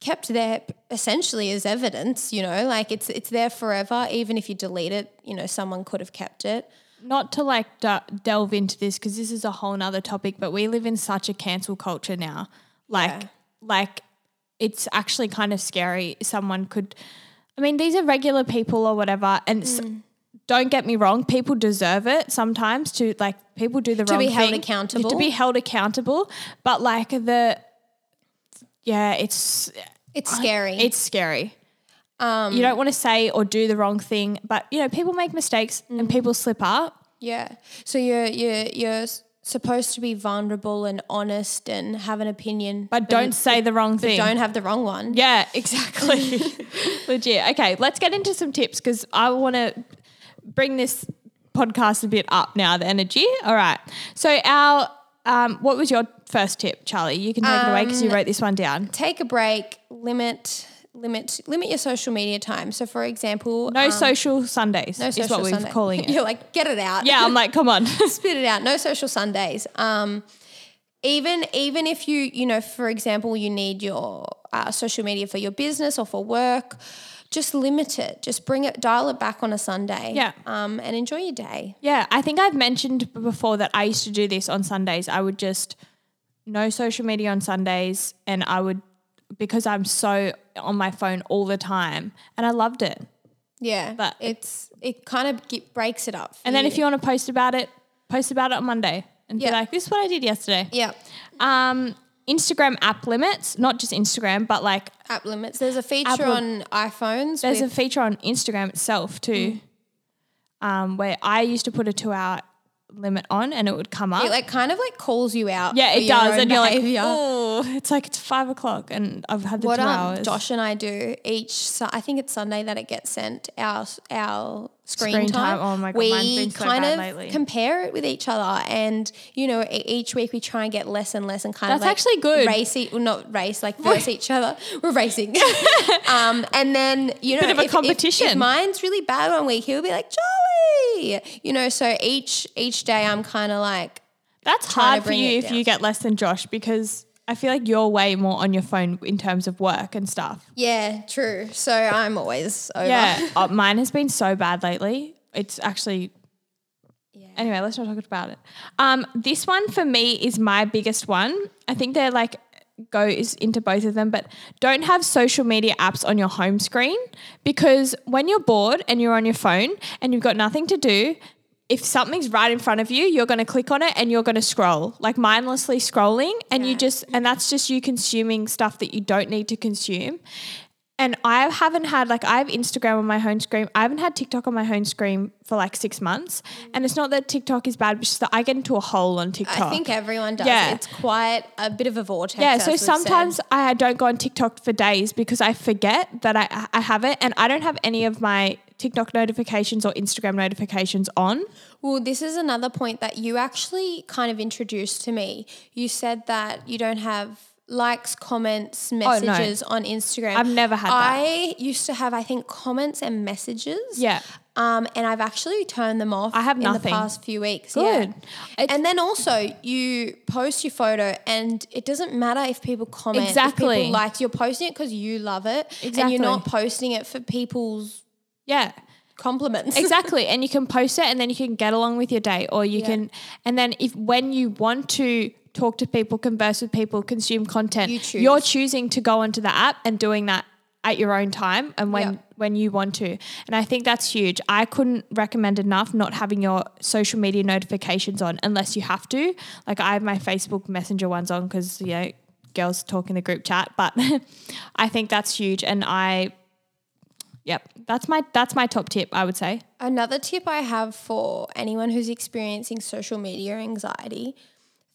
Speaker 2: kept there essentially as evidence. You know, like it's it's there forever. Even if you delete it, you know, someone could have kept it.
Speaker 1: Not to like d- delve into this because this is a whole nother topic, but we live in such a cancel culture now. Like,
Speaker 2: Yeah.
Speaker 1: like it's actually kind of scary. Someone could, I mean, these are regular people or whatever. And s
Speaker 2: Mm.
Speaker 1: don't get me wrong, people deserve it sometimes to like, people do the wrong
Speaker 2: be
Speaker 1: thing.
Speaker 2: held accountable.
Speaker 1: To be held accountable. But like the, yeah, it's,
Speaker 2: It's scary.
Speaker 1: it's scary.
Speaker 2: Um,
Speaker 1: you don't want to say or do the wrong thing, but you know, people make mistakes and
Speaker 2: Mm.
Speaker 1: people slip up.
Speaker 2: Yeah. So you're you're you're s- supposed to be vulnerable and honest and have an opinion,
Speaker 1: But don't say the wrong thing.
Speaker 2: <laughs> don't have the wrong one.
Speaker 1: Yeah,
Speaker 2: <laughs>
Speaker 1: exactly. Legit. Okay, let's get into some tips because I want to bring this podcast a bit up now, the energy. All right. So, our, um, what was your first tip, Charlie? You can take it away
Speaker 2: Um,
Speaker 1: because you wrote this one down.
Speaker 2: take a break, limit limit limit your social media time. So for example,
Speaker 1: No
Speaker 2: um,
Speaker 1: social Sundays
Speaker 2: no
Speaker 1: is
Speaker 2: social
Speaker 1: what we're
Speaker 2: Sunday. <laughs>
Speaker 1: calling it.
Speaker 2: You're like, get it out.
Speaker 1: yeah, I'm like, come on.
Speaker 2: <laughs> Spit it out. No social Sundays. Um even even if you, you know, for example, you need your uh, social media for your business or for work, just limit it. Just bring it dial it back on a Sunday.
Speaker 1: Yeah.
Speaker 2: Um and enjoy your day.
Speaker 1: yeah, I think I've mentioned b- before that I used to do this on Sundays. I would just no social media on Sundays and I would because I'm so on my phone all the time and I loved it.
Speaker 2: Yeah.
Speaker 1: But-
Speaker 2: it's it kind of get, breaks it up. for
Speaker 1: And then if you want to post about it, post about it on Monday and
Speaker 2: Yeah.
Speaker 1: be like, this is what I did yesterday.
Speaker 2: Yeah.
Speaker 1: Um, Instagram app limits, not just Instagram, but like
Speaker 2: App limits. There's a feature
Speaker 1: Apple-
Speaker 2: on iPhones.
Speaker 1: there's
Speaker 2: with-
Speaker 1: a feature on Instagram itself too,
Speaker 2: Mm.
Speaker 1: um, where I used to put a two hour limit on and it would come up.
Speaker 2: It like kind of like calls you out.
Speaker 1: yeah,
Speaker 2: for
Speaker 1: it
Speaker 2: your
Speaker 1: does.
Speaker 2: own
Speaker 1: And you're
Speaker 2: behaviour.
Speaker 1: like, oh, it's like it's five o'clock and I've had the
Speaker 2: what
Speaker 1: two
Speaker 2: um,
Speaker 1: hours.
Speaker 2: Josh and I do each. Su- I think it's Sunday that it gets sent our our screen,
Speaker 1: Screen time.
Speaker 2: time.
Speaker 1: Oh my God,
Speaker 2: we
Speaker 1: mine's been so
Speaker 2: kind
Speaker 1: bad
Speaker 2: of
Speaker 1: lately.
Speaker 2: compare it with each other, and you know, e- each week we try and get less and less, and kind of
Speaker 1: That's
Speaker 2: like
Speaker 1: actually good.
Speaker 2: Race, e- well, not race, <laughs> like verse each other. We're <laughs> racing, um, and then you know,
Speaker 1: Bit of a
Speaker 2: if- if- If,
Speaker 1: competition.
Speaker 2: mine's really bad one week, he'll be like, "Jolly," you know. So each each day, I'm kind of like.
Speaker 1: That's
Speaker 2: trying to
Speaker 1: hard for
Speaker 2: bring
Speaker 1: you
Speaker 2: it
Speaker 1: if
Speaker 2: down.
Speaker 1: you get less than Josh because I feel like you're way more on your phone in terms of work and stuff.
Speaker 2: Yeah, true. So I'm always over.
Speaker 1: Yeah, uh, mine has been so bad lately. It's actually.
Speaker 2: Yeah.
Speaker 1: Anyway, let's not talk about it. Um, this one for me is my biggest one. I think they're like goes into both of them, but don't have social media apps on your home screen because when you're bored and you're on your phone and you've got nothing to do, if something's right in front of you, you're going to click on it and you're going to scroll, like mindlessly scrolling, and you just and that's just you consuming stuff that you don't need to consume. And I haven't had like I have Instagram on my home screen. I haven't had TikTok on my home screen for like six months. And it's not that TikTok is bad, but it's just that I get into a hole on TikTok.
Speaker 2: Mm. I think everyone does.
Speaker 1: Yeah.
Speaker 2: It's quite a bit of a vortex.
Speaker 1: yeah,
Speaker 2: as
Speaker 1: so
Speaker 2: we've
Speaker 1: sometimes
Speaker 2: said.
Speaker 1: I don't go on TikTok for days because I forget that I, I have it and I don't have any of my TikTok notifications or Instagram notifications on.
Speaker 2: Well, this is another point that you actually kind of introduced to me. You said that you don't have likes, comments,
Speaker 1: Oh, no.
Speaker 2: messages on Instagram.
Speaker 1: I've never had that.
Speaker 2: I used to have, I think, comments and messages.
Speaker 1: Yeah.
Speaker 2: Um, and I've actually turned them off
Speaker 1: I have
Speaker 2: in the
Speaker 1: nothing.
Speaker 2: past few weeks.
Speaker 1: Good.
Speaker 2: Yeah. And then also you post your photo and it doesn't matter if people comment. if
Speaker 1: Exactly.
Speaker 2: people like you're posting it because you love it. And
Speaker 1: Exactly.
Speaker 2: you're not posting it for people's
Speaker 1: Yeah.
Speaker 2: compliments.
Speaker 1: <laughs> Exactly. and you can post it and then you can get along with your day or you can and then if when you want to talk to people, converse with people, consume content,
Speaker 2: You choose.
Speaker 1: are choosing to go onto the app and doing that at your own time and when
Speaker 2: Yeah.
Speaker 1: when you want to. And I think that's huge. I couldn't recommend enough not having your social media notifications on unless you have to. Like I have my Facebook Messenger ones on cuz you <laughs> know girls talk in the group chat, but I think that's huge and I Yep. That's my that's my top tip, I would say.
Speaker 2: Another tip I have for anyone who's experiencing social media anxiety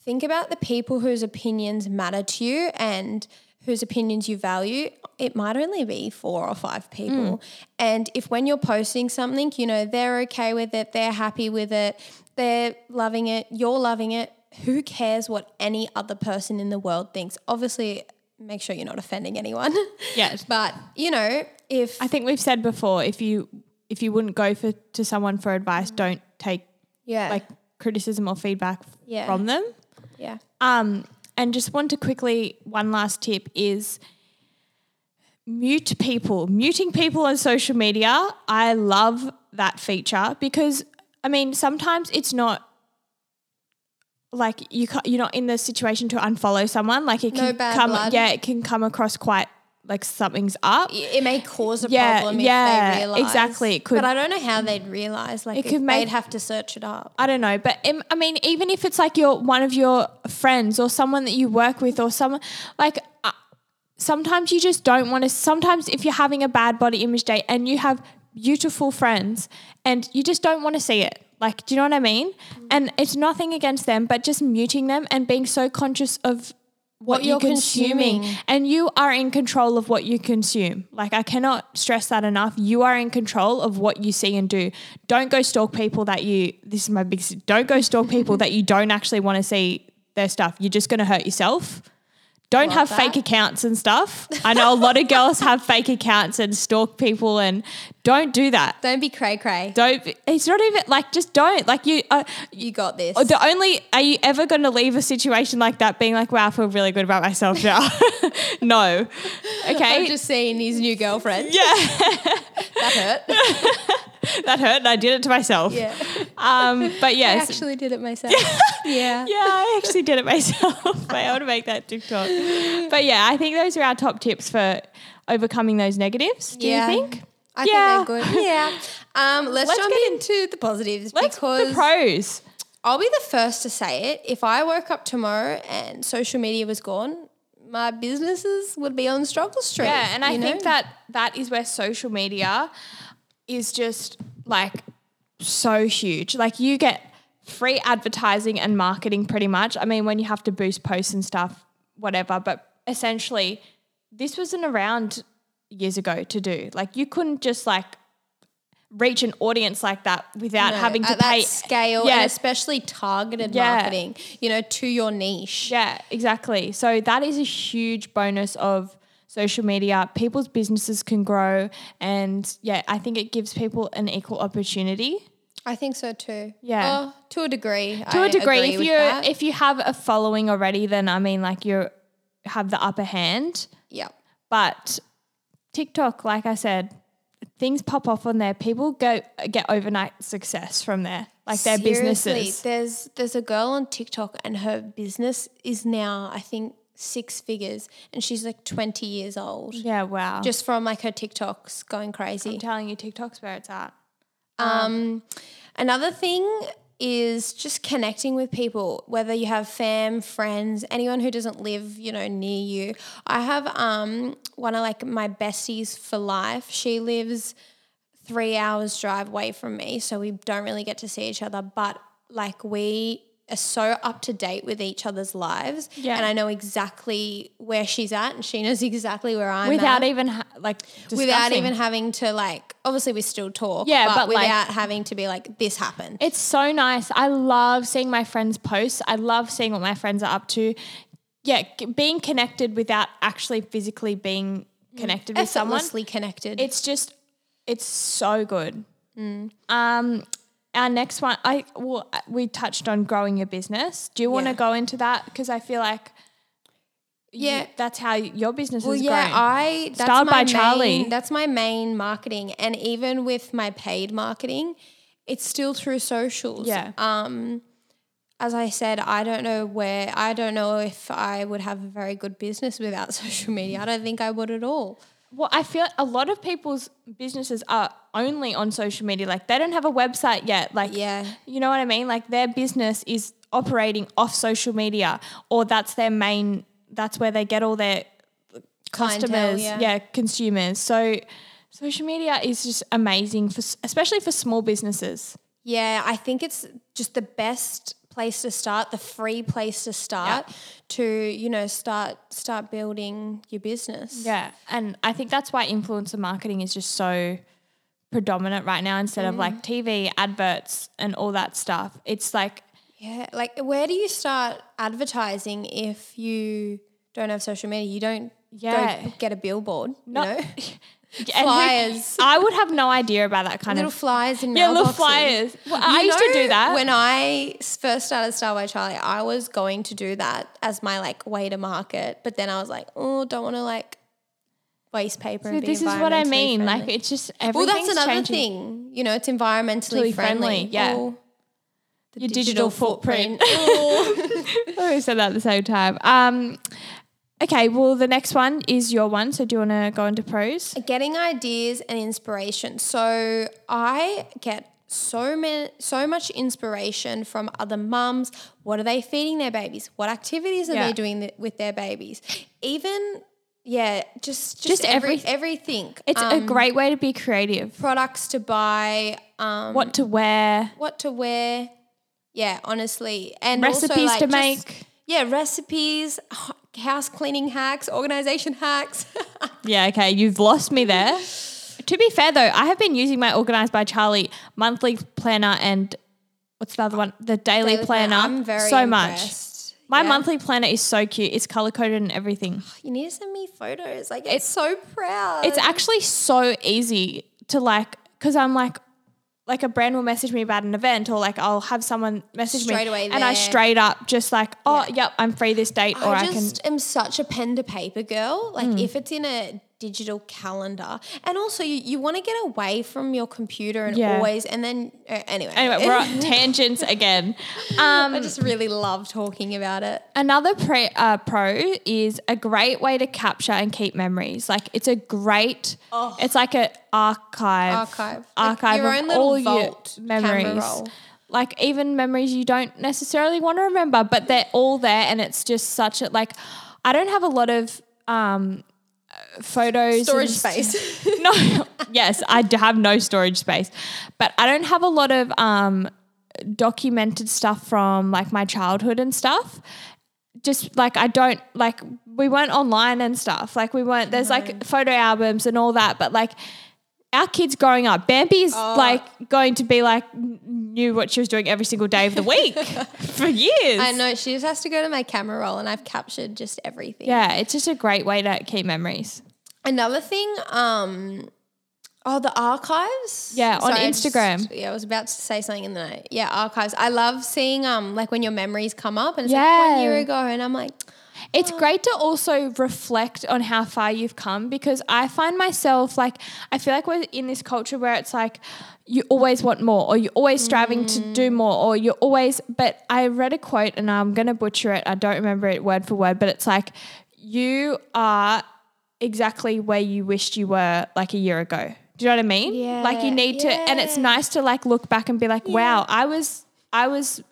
Speaker 2: think about the people whose opinions matter to you and whose opinions you value. It might only be four or five people.
Speaker 1: Hmm.
Speaker 2: And if when you're posting something, you know, they're okay with it, they're happy with it, they're loving it, you're loving it, who cares what any other person in the world thinks? Obviously, make sure you're not offending anyone. <laughs>
Speaker 1: Yeah.
Speaker 2: but, you know, if
Speaker 1: I think we've said before if you if you wouldn't go for to someone for advice, don't take
Speaker 2: yeah,
Speaker 1: like criticism or feedback
Speaker 2: Yeah.
Speaker 1: from them.
Speaker 2: yeah.
Speaker 1: Um, and just want to quickly one last tip is mute people. Muting people on social media. I love that feature because I mean sometimes it's not like you ca you're not in the situation to unfollow someone. Like it
Speaker 2: No
Speaker 1: can
Speaker 2: bad
Speaker 1: come
Speaker 2: blood.
Speaker 1: yeah it can come across quite like something's up.
Speaker 2: it may cause a
Speaker 1: Yeah,
Speaker 2: problem
Speaker 1: yeah,
Speaker 2: if they realize.
Speaker 1: exactly. It could-
Speaker 2: but I don't know how they'd realize. Like,
Speaker 1: It
Speaker 2: if
Speaker 1: could make-
Speaker 2: they'd have to search it up.
Speaker 1: I don't know, but um, I mean, even if it's like your one of your friends or someone that you work with or someone like. Uh, Sometimes you just don't want to. Sometimes, if you're having a bad body image day and you have beautiful friends and you just don't want to see it, like, do you know what I mean?
Speaker 2: Mm.
Speaker 1: And it's nothing against them, but just muting them and being so conscious of what,
Speaker 2: What
Speaker 1: you're
Speaker 2: you're
Speaker 1: consuming.
Speaker 2: consuming.
Speaker 1: And you are in control of what you consume. Like, I cannot stress that enough. You are in control of what you see and do. Don't go stalk people that you, this is my big, s- don't go stalk
Speaker 2: <laughs>
Speaker 1: people that you don't actually want to see their stuff. You're just going to hurt yourself. Don't have
Speaker 2: Love
Speaker 1: fake
Speaker 2: that.
Speaker 1: accounts and stuff. I know a lot of girls have fake accounts and stalk people, and don't do that.
Speaker 2: Don't be cray cray.
Speaker 1: Don't, it's not even like, just don't. Like, you, uh,
Speaker 2: You got this.
Speaker 1: the only are you ever going to leave a situation like that being like, wow, I feel really good about myself now? <laughs> no. Okay.
Speaker 2: I'm just seeing his new girlfriend.
Speaker 1: yeah, <laughs>
Speaker 2: That hurt.
Speaker 1: that hurt and I did it to myself.
Speaker 2: yeah.
Speaker 1: Um, but
Speaker 2: I
Speaker 1: yes.
Speaker 2: actually did it myself. <laughs> yeah.
Speaker 1: yeah, I actually did it <laughs> myself. I want to make that TikTok. But yeah, I think those are our top tips for overcoming those negatives. Do
Speaker 2: Yeah.
Speaker 1: you think?
Speaker 2: I
Speaker 1: Yeah.
Speaker 2: think they're good. Yeah. Um, let's,
Speaker 1: Let's
Speaker 2: jump
Speaker 1: get in-
Speaker 2: into the positives
Speaker 1: Let's
Speaker 2: because
Speaker 1: the pros.
Speaker 2: I'll be the first to say it. If I woke up tomorrow and social media was gone, my businesses would be on struggle street.
Speaker 1: Yeah, and I
Speaker 2: you
Speaker 1: think
Speaker 2: know?
Speaker 1: that that is where social media is just like so huge. Like you get free advertising and marketing pretty much. I mean, when you have to boost posts and stuff, whatever, but essentially this wasn't around years ago to do. Like you couldn't just like reach an audience like that without
Speaker 2: No, uh,
Speaker 1: having to
Speaker 2: at that
Speaker 1: pay
Speaker 2: scale
Speaker 1: Yeah.
Speaker 2: and especially targeted
Speaker 1: Yeah.
Speaker 2: marketing, you know, to your niche.
Speaker 1: Yeah, exactly. So that is a huge bonus of social media. People's businesses can grow and yeah, I think it gives people an equal opportunity.
Speaker 2: I think so too.
Speaker 1: Yeah.
Speaker 2: Oh, to a degree.
Speaker 1: To
Speaker 2: a
Speaker 1: a degree, if
Speaker 2: with
Speaker 1: you
Speaker 2: that.
Speaker 1: if you have a following already, then I mean like you have the upper hand.
Speaker 2: yeah.
Speaker 1: But TikTok, like I said, things pop off on there. People go get overnight success from there. Like their
Speaker 2: Seriously,
Speaker 1: businesses.
Speaker 2: There's there's a girl on TikTok and her business is now, I think, six figures and she's like twenty years old.
Speaker 1: Yeah, wow. Just
Speaker 2: Just from like her TikToks going crazy.
Speaker 1: telling you TikTok's where it's at.
Speaker 2: Um, another thing is just connecting with people, whether you have fam, friends, anyone who doesn't live, you know, near you. I have um one of like my besties for life. She lives three hours drive away from me, so we don't really get to see each other, but like we are so up to date with each other's lives.
Speaker 1: Yeah.
Speaker 2: And I know exactly where she's at and she knows <laughs> exactly where I'm at
Speaker 1: Without even ha- like
Speaker 2: without
Speaker 1: discussing.
Speaker 2: even having to like obviously we still talk
Speaker 1: Yeah,
Speaker 2: but,
Speaker 1: but, like-
Speaker 2: without having to be like this happened
Speaker 1: It's so nice. I love seeing my friends' posts. I love seeing what my friends are up to. Yeah, c- being connected without actually physically being connected with someone.
Speaker 2: Mm. effortlessly connected
Speaker 1: It's just, it's so good.
Speaker 2: Mm.
Speaker 1: Um, our next one, I well, I- we touched on growing your business. Do you want to
Speaker 2: Yeah.
Speaker 1: go into that? Because I feel like, you-
Speaker 2: Yeah.
Speaker 1: that's how your business
Speaker 2: well
Speaker 1: is
Speaker 2: yeah
Speaker 1: grown.
Speaker 2: i that's
Speaker 1: Styled
Speaker 2: my
Speaker 1: by
Speaker 2: main,
Speaker 1: Charlie.
Speaker 2: that's my main marketing and even with my paid marketing it's still through socials
Speaker 1: Yeah.
Speaker 2: um as i said i don't know where i don't know if i would have a very good business without <laughs> social media i don't think i would at all
Speaker 1: Well, I feel a lot of people's businesses are only on social media. Like they don't have a website yet. Like
Speaker 2: Yeah.
Speaker 1: you know what I mean? Like their business is operating off social media or that's their main that's where they get all their
Speaker 2: Clientele,
Speaker 1: customers,
Speaker 2: yeah.
Speaker 1: yeah, consumers. So Social media is just amazing, for, s- especially for small businesses.
Speaker 2: Yeah, I think it's just the best place to start, the free place to start to, you know, start start building your business.
Speaker 1: Yeah. And I think that's why influencer marketing is just so predominant right now instead of
Speaker 2: Mm.
Speaker 1: like TV, adverts, and all that stuff. It's like,
Speaker 2: Yeah, like where do you start advertising if you don't have social media? You don't
Speaker 1: Yeah.
Speaker 2: go get a billboard,
Speaker 1: Not- <laughs>
Speaker 2: you know?
Speaker 1: and who-
Speaker 2: Flyers.
Speaker 1: <laughs> I would have no idea about that kind
Speaker 2: little
Speaker 1: of.
Speaker 2: flyers in
Speaker 1: Yeah, little
Speaker 2: mailboxes.
Speaker 1: flyers. Well, I
Speaker 2: You
Speaker 1: used to
Speaker 2: know,
Speaker 1: do that.
Speaker 2: When I s- first started Star by Charlie, I was going to do that as my like way to market, but then I was like, oh, don't want to like waste paper.
Speaker 1: So
Speaker 2: and be
Speaker 1: this is what I
Speaker 2: environmentally
Speaker 1: mean. Like
Speaker 2: friendly.
Speaker 1: it's just
Speaker 2: well,
Speaker 1: everything's
Speaker 2: that's another
Speaker 1: changing.
Speaker 2: thing. You know, it's
Speaker 1: Really
Speaker 2: environmentally friendly.
Speaker 1: friendly, yeah.
Speaker 2: Oh, the
Speaker 1: Your digital footprint.
Speaker 2: <laughs> Oh.
Speaker 1: Oh, we said that at the same time. Um, okay, well, the next one is your one. So do you want to go into pros?
Speaker 2: Getting ideas and inspiration. So I get so many, so much inspiration from other mums. What are they feeding their babies? What activities are
Speaker 1: Yeah.
Speaker 2: they doing th- with their babies? Even yeah, just just,
Speaker 1: Just
Speaker 2: every
Speaker 1: everyth-
Speaker 2: everything.
Speaker 1: It's
Speaker 2: Um,
Speaker 1: a great way to be creative.
Speaker 2: products to buy. Um,
Speaker 1: What to wear,
Speaker 2: what to wear? Yeah, honestly, and also,
Speaker 1: recipes
Speaker 2: like,
Speaker 1: to
Speaker 2: just-
Speaker 1: make.
Speaker 2: Yeah, recipes, h- house cleaning hacks, organization hacks. <laughs>
Speaker 1: Yeah, okay, you've lost me there. To be fair, though, I have been using my Organized by Charlie monthly planner and what's the other one? The daily, planner.
Speaker 2: I'm very
Speaker 1: so much.
Speaker 2: impressed.
Speaker 1: My
Speaker 2: Yeah.
Speaker 1: monthly planner is so cute. It's color coded and everything.
Speaker 2: You need to send me photos. Like it's so proud.
Speaker 1: It's actually so easy to like, because I'm like, like a brand will message me about an event, or like I'll have someone message
Speaker 2: Straight
Speaker 1: me,
Speaker 2: away
Speaker 1: and I
Speaker 2: there.
Speaker 1: straight up just like, oh, yep, I'm free this date, or
Speaker 2: I
Speaker 1: oh, I can Mm.
Speaker 2: just am such a pen to paper girl. Like if it's in a digital calendar, and also you, you want to get away from your computer and
Speaker 1: Yeah.
Speaker 2: always. And then uh, anyway, <laughs>
Speaker 1: Anyway, we're on tangents again.
Speaker 2: I
Speaker 1: Um,
Speaker 2: just really love talking about it.
Speaker 1: another pre- uh, pro is a great way to capture and keep memories. Like it's a great, it's like an archive,
Speaker 2: Oh. Archive. Like
Speaker 1: archive
Speaker 2: your
Speaker 1: of
Speaker 2: own little
Speaker 1: all
Speaker 2: vault
Speaker 1: your
Speaker 2: camera
Speaker 1: memories.
Speaker 2: roll.
Speaker 1: Like even memories you don't necessarily want to remember, but they're all there, and it's just such a like. I don't have a lot of um, uh, photos, and
Speaker 2: Storage
Speaker 1: st-
Speaker 2: space.
Speaker 1: <laughs>
Speaker 2: <laughs>
Speaker 1: no, yes, I d- have no storage space, but I don't have a lot of um, documented stuff from like my childhood and stuff. Just like I don't like we weren't online and stuff. Like we weren't there's like photo albums and all that, but like our kids growing up, Bambi is like going to be like n- knew what she was doing every single day of the week for years.
Speaker 2: I know she just has to go to my camera roll, and I've captured just everything.
Speaker 1: Yeah, it's just a great way to keep memories.
Speaker 2: Another thing, um, oh, the archives.
Speaker 1: Yeah, on
Speaker 2: I just-
Speaker 1: Instagram.
Speaker 2: yeah, I was about to say something, and then I, yeah, archives. I love seeing um, like when your memories come up, and it's like
Speaker 1: Yeah.
Speaker 2: one year ago, and I'm like,
Speaker 1: It's
Speaker 2: Oh.
Speaker 1: great to also reflect on how far you've come because I find myself like I feel like we're in this culture where it's like you always want more or you're always striving to do
Speaker 2: Mm.
Speaker 1: more or you're always but I read a quote and I'm going to butcher it. I don't remember it word for word, but it's like you are exactly where you wished you were like a year ago. Do you know what I mean?
Speaker 2: Yeah,
Speaker 1: Like you need to and it's
Speaker 2: yeah.
Speaker 1: nice to like look back and be like, "Wow, I was I was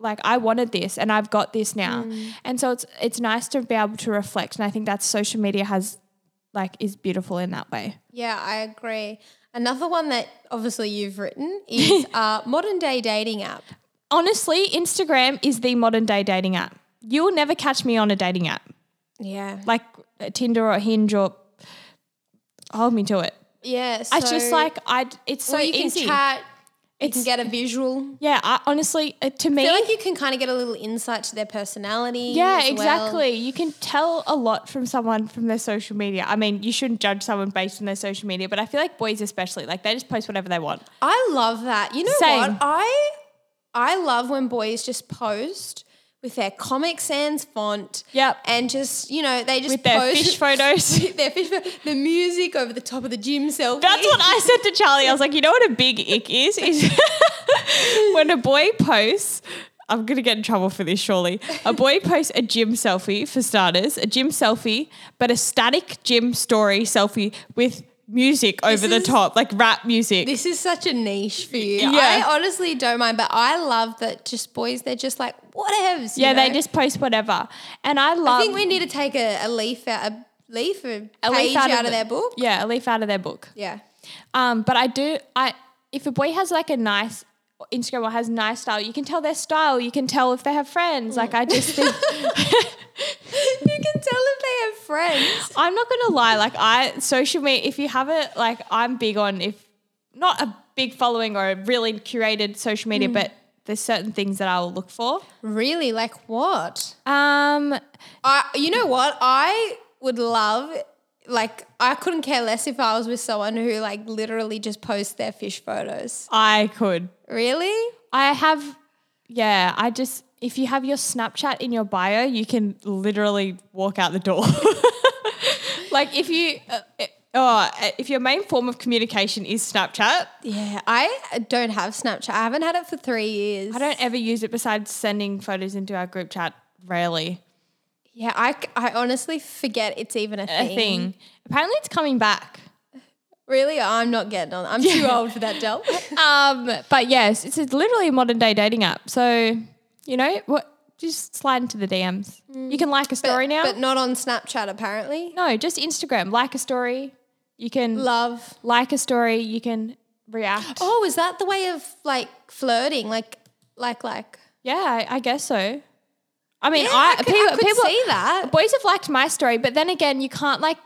Speaker 1: like I wanted this and I've got this now.
Speaker 2: Mm.
Speaker 1: And so it's it's nice to be able to reflect and I think that social media has like is beautiful in that way.
Speaker 2: yeah, I agree. Another one that obviously you've written
Speaker 1: <laughs>
Speaker 2: is uh, modern day dating app.
Speaker 1: Honestly, Instagram is the modern day dating app. You will never catch me on a dating app
Speaker 2: Yeah,
Speaker 1: like uh, Tinder or Hinge or hold me to it.
Speaker 2: yeah. So,
Speaker 1: It's just like I it's so
Speaker 2: well, you
Speaker 1: easy.
Speaker 2: can chat. You can
Speaker 1: It's-
Speaker 2: get a visual.
Speaker 1: yeah, I, honestly uh, to me
Speaker 2: I feel like you can kind of get a little insight to their personality.
Speaker 1: Yeah,
Speaker 2: as well.
Speaker 1: exactly. You can tell a lot from someone from their social media. I mean, you shouldn't judge someone based on their social media, but I feel like boys especially, like they just post whatever they want.
Speaker 2: I love that. You know
Speaker 1: Same.
Speaker 2: what? I I love when boys just post with their Comic Sans font.
Speaker 1: Yep.
Speaker 2: And just, you know, they just
Speaker 1: With their
Speaker 2: post <laughs>
Speaker 1: fish photos.
Speaker 2: their fish pho- the music over the top of the gym
Speaker 1: <laughs>
Speaker 2: selfie.
Speaker 1: That's what I said to Charlie. I was like, you know what a big ick is? Is <laughs> when a boy posts, I'm going to get in trouble for this surely. A boy posts a gym selfie, for starters, a gym selfie, but a static gym story selfie with music over the
Speaker 2: is-
Speaker 1: top, like rap music.
Speaker 2: This is such a niche for you.
Speaker 1: Yeah.
Speaker 2: I honestly don't mind, but I love that just boys, they're just like, whatevs. you
Speaker 1: yeah, they
Speaker 2: know?
Speaker 1: just post whatever. And I love.
Speaker 2: I think we need to take a, a leaf out, a leaf a
Speaker 1: A
Speaker 2: page
Speaker 1: leaf
Speaker 2: out,
Speaker 1: the-
Speaker 2: of their book.
Speaker 1: Yeah, a leaf out of their book.
Speaker 2: Yeah. <laughs>
Speaker 1: Um, but I do. I if a boy has like a nice Instagram or has nice style, you can tell their style. You can tell if they have friends. Like I just think
Speaker 2: you can tell if they have friends.
Speaker 1: I'm not gonna lie. Like I social media. If you have it, like I'm big on if not a big following or a really curated social media, but there's certain things that I will look for.
Speaker 2: Really? Like what?
Speaker 1: Um,
Speaker 2: I you know what? I would love like I couldn't care less if I was with someone who like literally just posts their fish photos.
Speaker 1: I could.
Speaker 2: Really?
Speaker 1: I have. Yeah, I just if you have your Snapchat in your bio, you can literally walk out the door. <laughs> like if you. Uh, it- Oh, if your main form of communication is Snapchat,
Speaker 2: Yeah, I don't have Snapchat. I haven't had it for 3 years.
Speaker 1: I don't ever use it besides sending photos into our group chat rarely.
Speaker 2: Yeah, I, c- I honestly forget it's even a
Speaker 1: A
Speaker 2: thing.
Speaker 1: thing. Apparently it's coming back.
Speaker 2: Really? I'm not getting on. I'm too old for that, <laughs> Del.
Speaker 1: Um, but yes, it's literally a modern day dating app. So, you know, what just slide into the DMs. You can like a story now.
Speaker 2: Mm. But not on Snapchat apparently.
Speaker 1: no, just Instagram. Like a story. You can
Speaker 2: Love.
Speaker 1: like a story, you can react.
Speaker 2: Oh, is that the way of like flirting? Like like like
Speaker 1: Yeah, I, I guess so. I mean,
Speaker 2: Yeah,
Speaker 1: I,
Speaker 2: I could- I
Speaker 1: people,
Speaker 2: could
Speaker 1: people
Speaker 2: see that.
Speaker 1: Boys have liked my story, but then again, you can't like.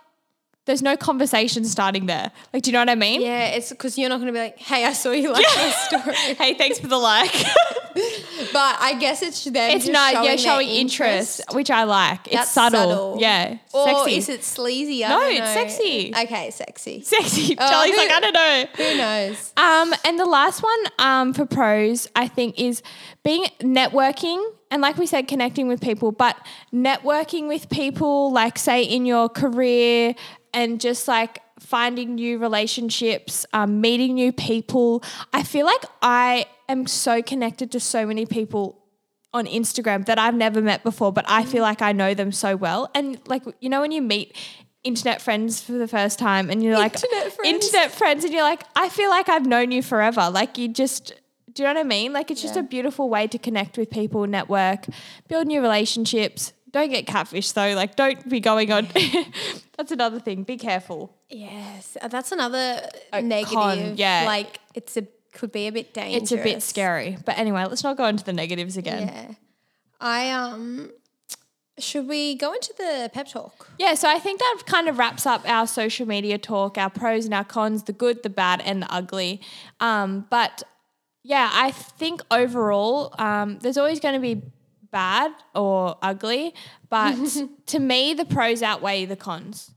Speaker 1: There's no conversation starting there. Like, do you know what I mean?
Speaker 2: Yeah, it's because you're not going to be like, hey, I saw <laughs> you like my story.
Speaker 1: hey, thanks for the
Speaker 2: <laughs>
Speaker 1: like.
Speaker 2: But I guess it's them.
Speaker 1: it's
Speaker 2: just
Speaker 1: not.
Speaker 2: showing
Speaker 1: yeah,
Speaker 2: their
Speaker 1: showing interest, which I like. It's
Speaker 2: That's
Speaker 1: subtle.
Speaker 2: subtle.
Speaker 1: Yeah,
Speaker 2: Or
Speaker 1: sexy.
Speaker 2: is it sleazy? I
Speaker 1: No,
Speaker 2: don't
Speaker 1: it's
Speaker 2: know.
Speaker 1: sexy.
Speaker 2: Okay,
Speaker 1: <laughs>
Speaker 2: sexy.
Speaker 1: sexy? Charlie's
Speaker 2: who-
Speaker 1: like, I don't know.
Speaker 2: Who knows?
Speaker 1: Um, and the last one um, for pros, I think, is being networking and, like we said, connecting with people, but networking with people, like, say, in your career and just like finding new relationships, um, meeting new people. I feel like I am so connected to so many people on Instagram that I've never met before, but I feel like I know them so well. And like you know, when you meet internet friends for the first time, and you're like
Speaker 2: Internet friends.
Speaker 1: internet friends, and you're like, I feel like I've known you forever. Like you just. Do you know what I mean? Like, it's just a beautiful way to connect with people, network, build new relationships. Don't get catfish, though. Like, don't be going on. <laughs> That's another thing. Be careful.
Speaker 2: Yes, uh, that's another
Speaker 1: con,
Speaker 2: negative.
Speaker 1: yeah.
Speaker 2: like it's a could be a bit dangerous.
Speaker 1: It's a bit scary. But anyway, let's not go into the negatives again.
Speaker 2: Yeah, I um, should we go into the pep talk?
Speaker 1: Yeah, so I think that kind of wraps up our social media talk, our pros and our cons, the good, the bad, and the ugly. Um, but yeah, I think overall, um, there's always going to be bad or ugly,
Speaker 2: <laughs>
Speaker 1: but to me, the pros outweigh the cons.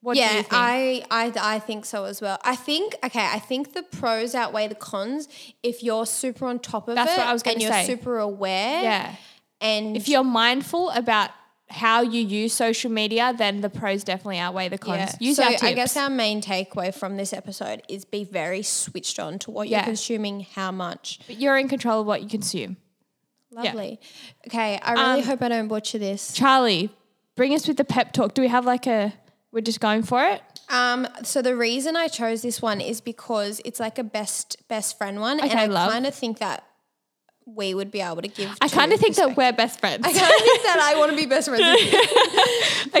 Speaker 1: What do you
Speaker 2: yeah,
Speaker 1: think?
Speaker 2: I, I I think so as well. I think okay, I think the pros outweigh the cons if you're super on top of
Speaker 1: That's
Speaker 2: it
Speaker 1: what I was gonna
Speaker 2: and you're
Speaker 1: say.
Speaker 2: super aware.
Speaker 1: yeah.
Speaker 2: And
Speaker 1: If you're mindful about how you use social media, then the pros definitely outweigh the cons. Use
Speaker 2: so
Speaker 1: our tips.
Speaker 2: I guess our main takeaway from this episode is be very switched on to what
Speaker 1: Yeah.
Speaker 2: you're consuming, how much.
Speaker 1: But you're in control of what you consume.
Speaker 2: Lovely. Okay, I really
Speaker 1: Um,
Speaker 2: hope I don't butcher this.
Speaker 1: Charlie, bring us with the pep talk. Do we have like a we're just going for it?
Speaker 2: Um, so the reason I chose this one is because it's like a best best friend one, and
Speaker 1: Okay,
Speaker 2: I
Speaker 1: love.
Speaker 2: kind of think that we would be able to give.
Speaker 1: I
Speaker 2: to
Speaker 1: kind of think that
Speaker 2: respect-
Speaker 1: we're best friends.
Speaker 2: I kind of think that I want to be best friends. with you.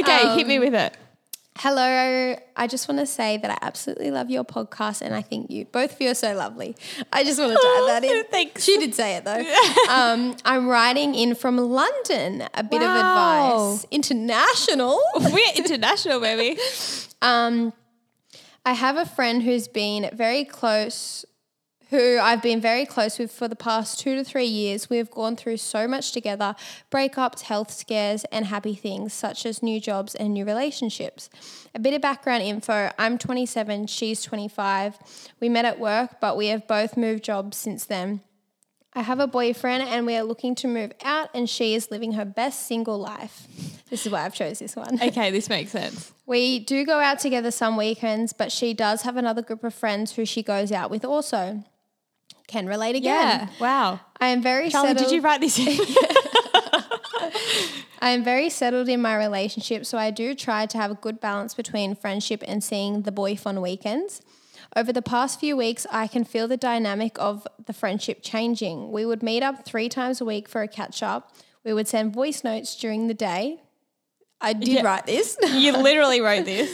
Speaker 1: <laughs> okay, hit me with it.
Speaker 2: Hello, I just want to say that I absolutely love your podcast, and I think you both of you are so lovely. I just wanted to
Speaker 1: Oh,
Speaker 2: add that in.
Speaker 1: <laughs> thanks.
Speaker 2: She did say it
Speaker 1: <laughs>
Speaker 2: though. um, I'm writing in from London. A bit
Speaker 1: Wow.
Speaker 2: of advice, international.
Speaker 1: We're international, baby.
Speaker 2: Um, I have a friend who's been very close, who I've been very close with for the past two to three years. We've gone through so much together breakups, health scares, and happy things, such as new jobs and new relationships. A bit of background info I'm 27, she's 25. We met at work, but we have both moved jobs since then. I have a boyfriend and we are looking to move out, and she is living her best single life. This is why I've chose this one.
Speaker 1: <laughs> Okay, this makes sense.
Speaker 2: We do go out together some weekends, but she does have another group of friends who she goes out with also. Can relate again.
Speaker 1: Wow.
Speaker 2: I am very
Speaker 1: Charlie,
Speaker 2: settled.
Speaker 1: did you write this? in?
Speaker 2: I am very settled in my relationship, so I do try to have a good balance between friendship and seeing the boy on weekends. Over the past few weeks, I can feel the dynamic of the friendship changing. We would meet up three times a week for a catch up. We would send voice notes during the day. I did
Speaker 1: Yeah.
Speaker 2: write this.
Speaker 1: <laughs>
Speaker 2: <laughs>
Speaker 1: You literally wrote this.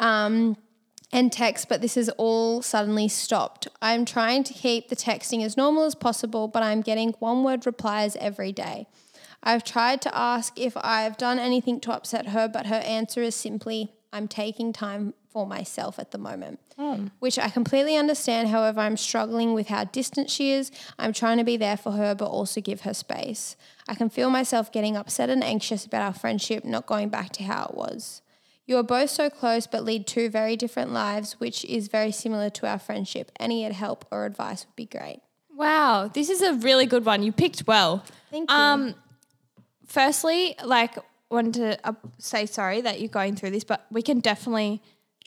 Speaker 2: um, and text, but this is all suddenly stopped. I'm trying to keep the texting as normal as possible, but I'm getting one word replies every day. I've tried to ask if I've done anything to upset her, but her answer is simply, I'm taking time for myself at the moment, which I completely understand. However, I'm struggling with how distant she is. I'm trying to be there for her, but also give her space. I can feel myself getting upset and anxious about our friendship not going back to how it was. You are both so close, but lead two very different lives, which is very similar to our friendship. Any help or advice would be great.
Speaker 1: Wow, this is a really good one. You picked well.
Speaker 2: Thank you.
Speaker 1: Um, firstly, like, wanted to uh, say sorry that you're going through this, but we can definitely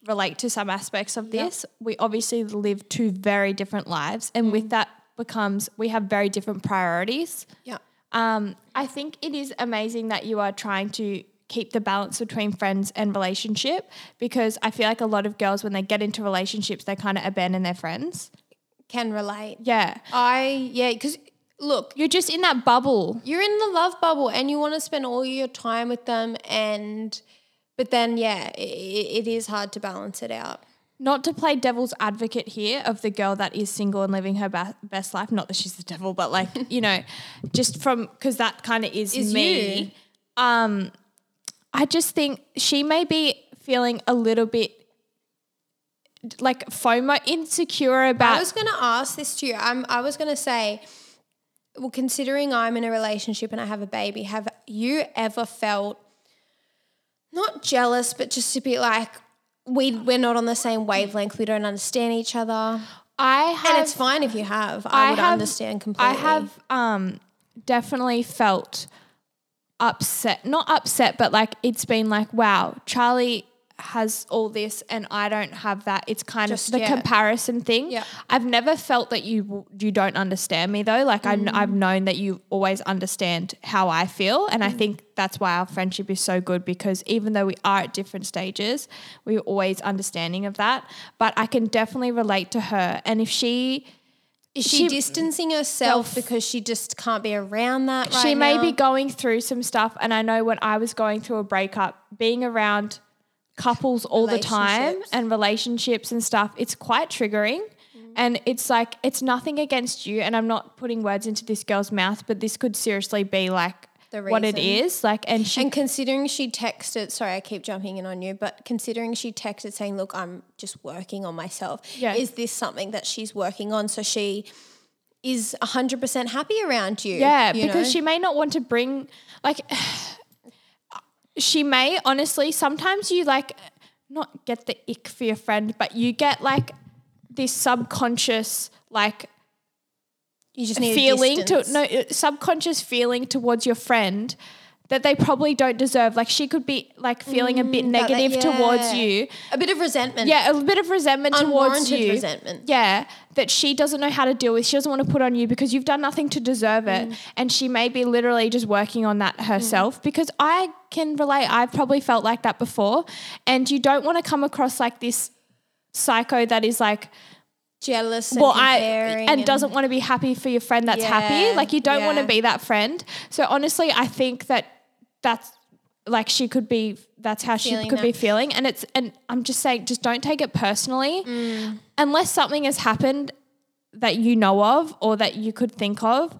Speaker 1: relate to some aspects of this. We obviously live two very different lives, and with that becomes we have very different priorities.
Speaker 2: yeah.
Speaker 1: Um, I think it is amazing that you are trying to keep the balance between friends and relationship because I feel like a lot of girls when they get into relationships they kind of abandon their friends.
Speaker 2: Can relate.
Speaker 1: Yeah.
Speaker 2: I, yeah, because look,
Speaker 1: You're just in that bubble.
Speaker 2: you're in the love bubble and you want to spend all your time with them, and, but then, yeah, i i- it is hard to balance it out.
Speaker 1: Not to play devil's advocate here of the girl that is single and living her ba- best life, not that she's the devil, but like, <laughs> you know, just from cuz that kind of is,
Speaker 2: Is
Speaker 1: me.
Speaker 2: you.
Speaker 1: Um I just think she may be feeling a little bit like FOMO insecure about
Speaker 2: I was going to ask this to you. I'm, I was going to say, well, considering I'm in a relationship and I have a baby, have you ever felt not jealous, but just a bit like we we're not on the same wavelength, we don't understand each other,
Speaker 1: I have
Speaker 2: and it's fine if you have. I, would
Speaker 1: have-
Speaker 2: understand completely.
Speaker 1: I have um, definitely felt upset, not upset, but like it's been like, wow, Charlie has all this and I don't have that. It's kind
Speaker 2: Just
Speaker 1: of the
Speaker 2: yet.
Speaker 1: comparison thing.
Speaker 2: Yeah.
Speaker 1: I've never felt that you w- you don't understand me though. Like I
Speaker 2: Mm.
Speaker 1: kn- I've known that you always understand how I feel, and
Speaker 2: Mm.
Speaker 1: I think that's why our friendship is so good because even though we are at different stages, we're always understanding of that. But I can definitely relate to her, and if she
Speaker 2: Is she,
Speaker 1: she-
Speaker 2: distancing herself because she just can't be around that? Right
Speaker 1: she may
Speaker 2: now?
Speaker 1: be going through some stuff and i know when i was going through a breakup being around couples all the time
Speaker 2: Relationships.
Speaker 1: and relationships and stuff it's quite triggering
Speaker 2: Mm.
Speaker 1: and it's like it's nothing against you and i'm not putting words into this girl's mouth but this could seriously be like
Speaker 2: The
Speaker 1: what it
Speaker 2: reason.
Speaker 1: is like and she
Speaker 2: And considering she texted, sorry, I keep jumping in on you, but considering she texted saying, "Look, I'm just working on myself."
Speaker 1: Yeah.
Speaker 2: Is this something that she's working on? So she is 100% happy around you.
Speaker 1: Yeah,
Speaker 2: you
Speaker 1: because
Speaker 2: know?
Speaker 1: she may not want to bring like <sighs> she may honestly sometimes you like not get the ick for your friend, but you get like this subconscious like
Speaker 2: you just need a
Speaker 1: feeling to
Speaker 2: distance.
Speaker 1: no uh, subconscious feeling towards your friend that they probably don't deserve. Like she could be like feeling a bit
Speaker 2: Mm, that they-
Speaker 1: negative towards
Speaker 2: yeah.
Speaker 1: you.
Speaker 2: a bit of resentment.
Speaker 1: Yeah, a bit of resentment towards
Speaker 2: unwarranted
Speaker 1: you.
Speaker 2: resentment.
Speaker 1: Yeah, that she doesn't know how to deal with. She doesn't want to put on you because you've done nothing to deserve it.
Speaker 2: Mm.
Speaker 1: And she may be literally just working on that herself because I can relate. I've probably felt like that before. And you don't want to come across like this psycho that is like,
Speaker 2: Jealous. And
Speaker 1: well, I,
Speaker 2: comparing
Speaker 1: and, doesn't want to be happy for your friend that's
Speaker 2: Yeah,
Speaker 1: happy. Like, you don't want to
Speaker 2: yeah.
Speaker 1: be that friend. So, honestly, I think that that's like she could be, that's how
Speaker 2: Feeling
Speaker 1: she could be
Speaker 2: that.
Speaker 1: feeling. And it's, and I'm just saying, just don't take it personally
Speaker 2: Mm.
Speaker 1: unless something has happened that you know of or that you could think of,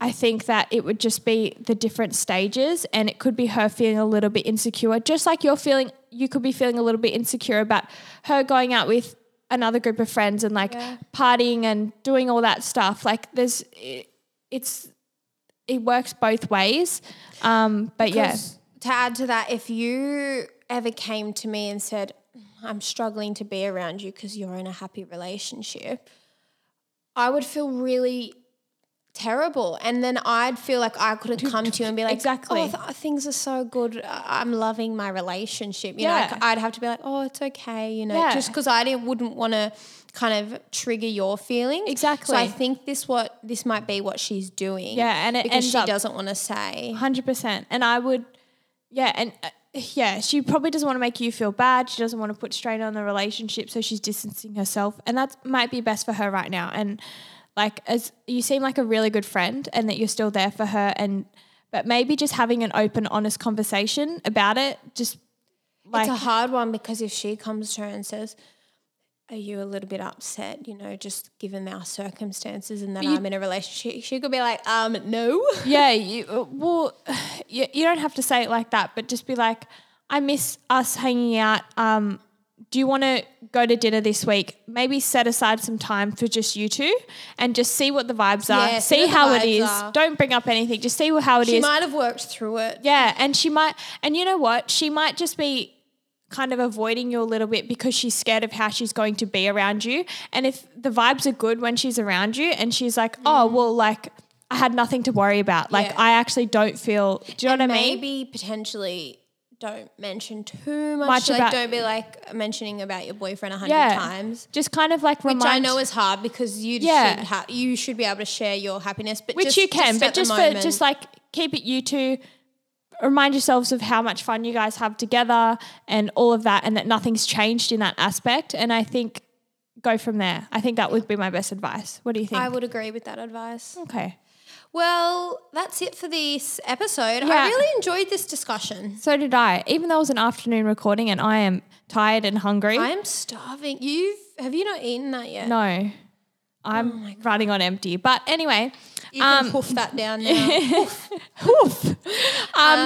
Speaker 1: I think that it would just be the different stages and it could be her feeling a little bit insecure, just like you're feeling, you could be feeling a little bit insecure about her going out with another group of friends and like
Speaker 2: Yeah.
Speaker 1: partying and doing all that stuff. Like there's, it, it's, it works both ways. Um, but yeah,
Speaker 2: Because To add to that, if you ever came to me and said, I'm struggling to be around you because you're in a happy relationship, I would feel really terrible. And then I'd feel like I couldn't come to you and be like,
Speaker 1: Exactly.
Speaker 2: Oh, th- things are so good. I- I'm loving my relationship. You know,
Speaker 1: Yeah.
Speaker 2: like, I'd have to be like, oh, it's okay. You know,
Speaker 1: Yeah.
Speaker 2: just because I didn't, wouldn't want to kind of trigger your feelings.
Speaker 1: Exactly.
Speaker 2: So I think this what this might be what she's doing.
Speaker 1: Yeah, and it
Speaker 2: because
Speaker 1: ends
Speaker 2: she
Speaker 1: up-
Speaker 2: doesn't want to say.
Speaker 1: Hundred percent. And I would, yeah, and uh, yeah, she probably doesn't want to make you feel bad. She doesn't want to put strain on the relationship, so she's distancing herself, and that might be best for her right now. And like, as you seem like a really good friend, and that you're still there for her, and but maybe just having an open, honest conversation about it. Just like
Speaker 2: it's a hard one because if she comes to her and says, "Are you a little bit upset?" You know, just given our circumstances and that
Speaker 1: you-
Speaker 2: I'm in a relationship, she could be like, "Um, no."
Speaker 1: yeah, you, uh, well, you, you don't have to say it like that, but just be like, I miss us hanging out. Um, do you want to go to dinner this week? Maybe set aside some time for just you two and just see what the vibes are.
Speaker 2: Yeah, see
Speaker 1: see
Speaker 2: what the
Speaker 1: how it
Speaker 2: vibes
Speaker 1: is.
Speaker 2: are.
Speaker 1: Don't bring up anything. Just see how it is.
Speaker 2: She might have worked through it.
Speaker 1: Yeah, and she might, and you know what? She might just be kind of avoiding you a little bit because she's scared of how she's going to be around you. And if the vibes are good when she's around you, and she's like, oh, well, like, I had nothing to worry about. Like,
Speaker 2: Mm. Yeah.
Speaker 1: I actually don't feel, do you know what I mean?
Speaker 2: Maybe potentially don't mention too much.
Speaker 1: Much
Speaker 2: like,
Speaker 1: about-
Speaker 2: don't be like mentioning about your boyfriend a hundred
Speaker 1: Yeah.
Speaker 2: times.
Speaker 1: Just kind of like remind
Speaker 2: Which I know is hard because you
Speaker 1: Yeah.
Speaker 2: should ha- you should be able to share your happiness, but
Speaker 1: which
Speaker 2: just,
Speaker 1: you can,
Speaker 2: just
Speaker 1: but
Speaker 2: at the
Speaker 1: just for
Speaker 2: moment.
Speaker 1: just like keep it you two. Remind yourselves of how much fun you guys have together and all of that, and that nothing's changed in that aspect. And I think go from there. I think that would be my best advice. What do you think?
Speaker 2: I would agree with that advice.
Speaker 1: okay.
Speaker 2: Well, that's it for this episode.
Speaker 1: Yeah.
Speaker 2: I really enjoyed this discussion.
Speaker 1: So did I. Even though it was an afternoon recording and I am tired and hungry.
Speaker 2: I am starving. You've have you not eaten that yet?
Speaker 1: no, I'm running on empty. But anyway,
Speaker 2: Oh You can hoof that
Speaker 1: <laughs>
Speaker 2: down now.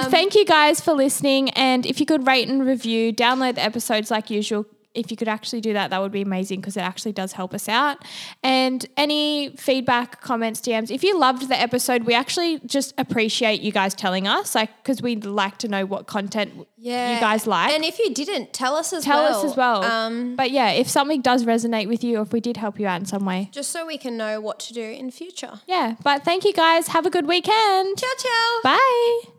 Speaker 1: Um, thank you guys for listening. And if you could rate and review, download the episodes like usual. If you could actually do that, that would be amazing because it actually does help us out. And any feedback, comments, DMs, if you loved the episode, we actually just appreciate you guys telling us, like, because we'd like to know what content you guys like.
Speaker 2: And if you didn't, tell us as
Speaker 1: Tell
Speaker 2: well.
Speaker 1: us as well.
Speaker 2: Um,
Speaker 1: but yeah, if something does resonate with you or if we did help you out in some way.
Speaker 2: just so we can know what to do in future.
Speaker 1: Yeah. But thank you guys. Have a good weekend.
Speaker 2: Ciao ciao.
Speaker 1: Bye.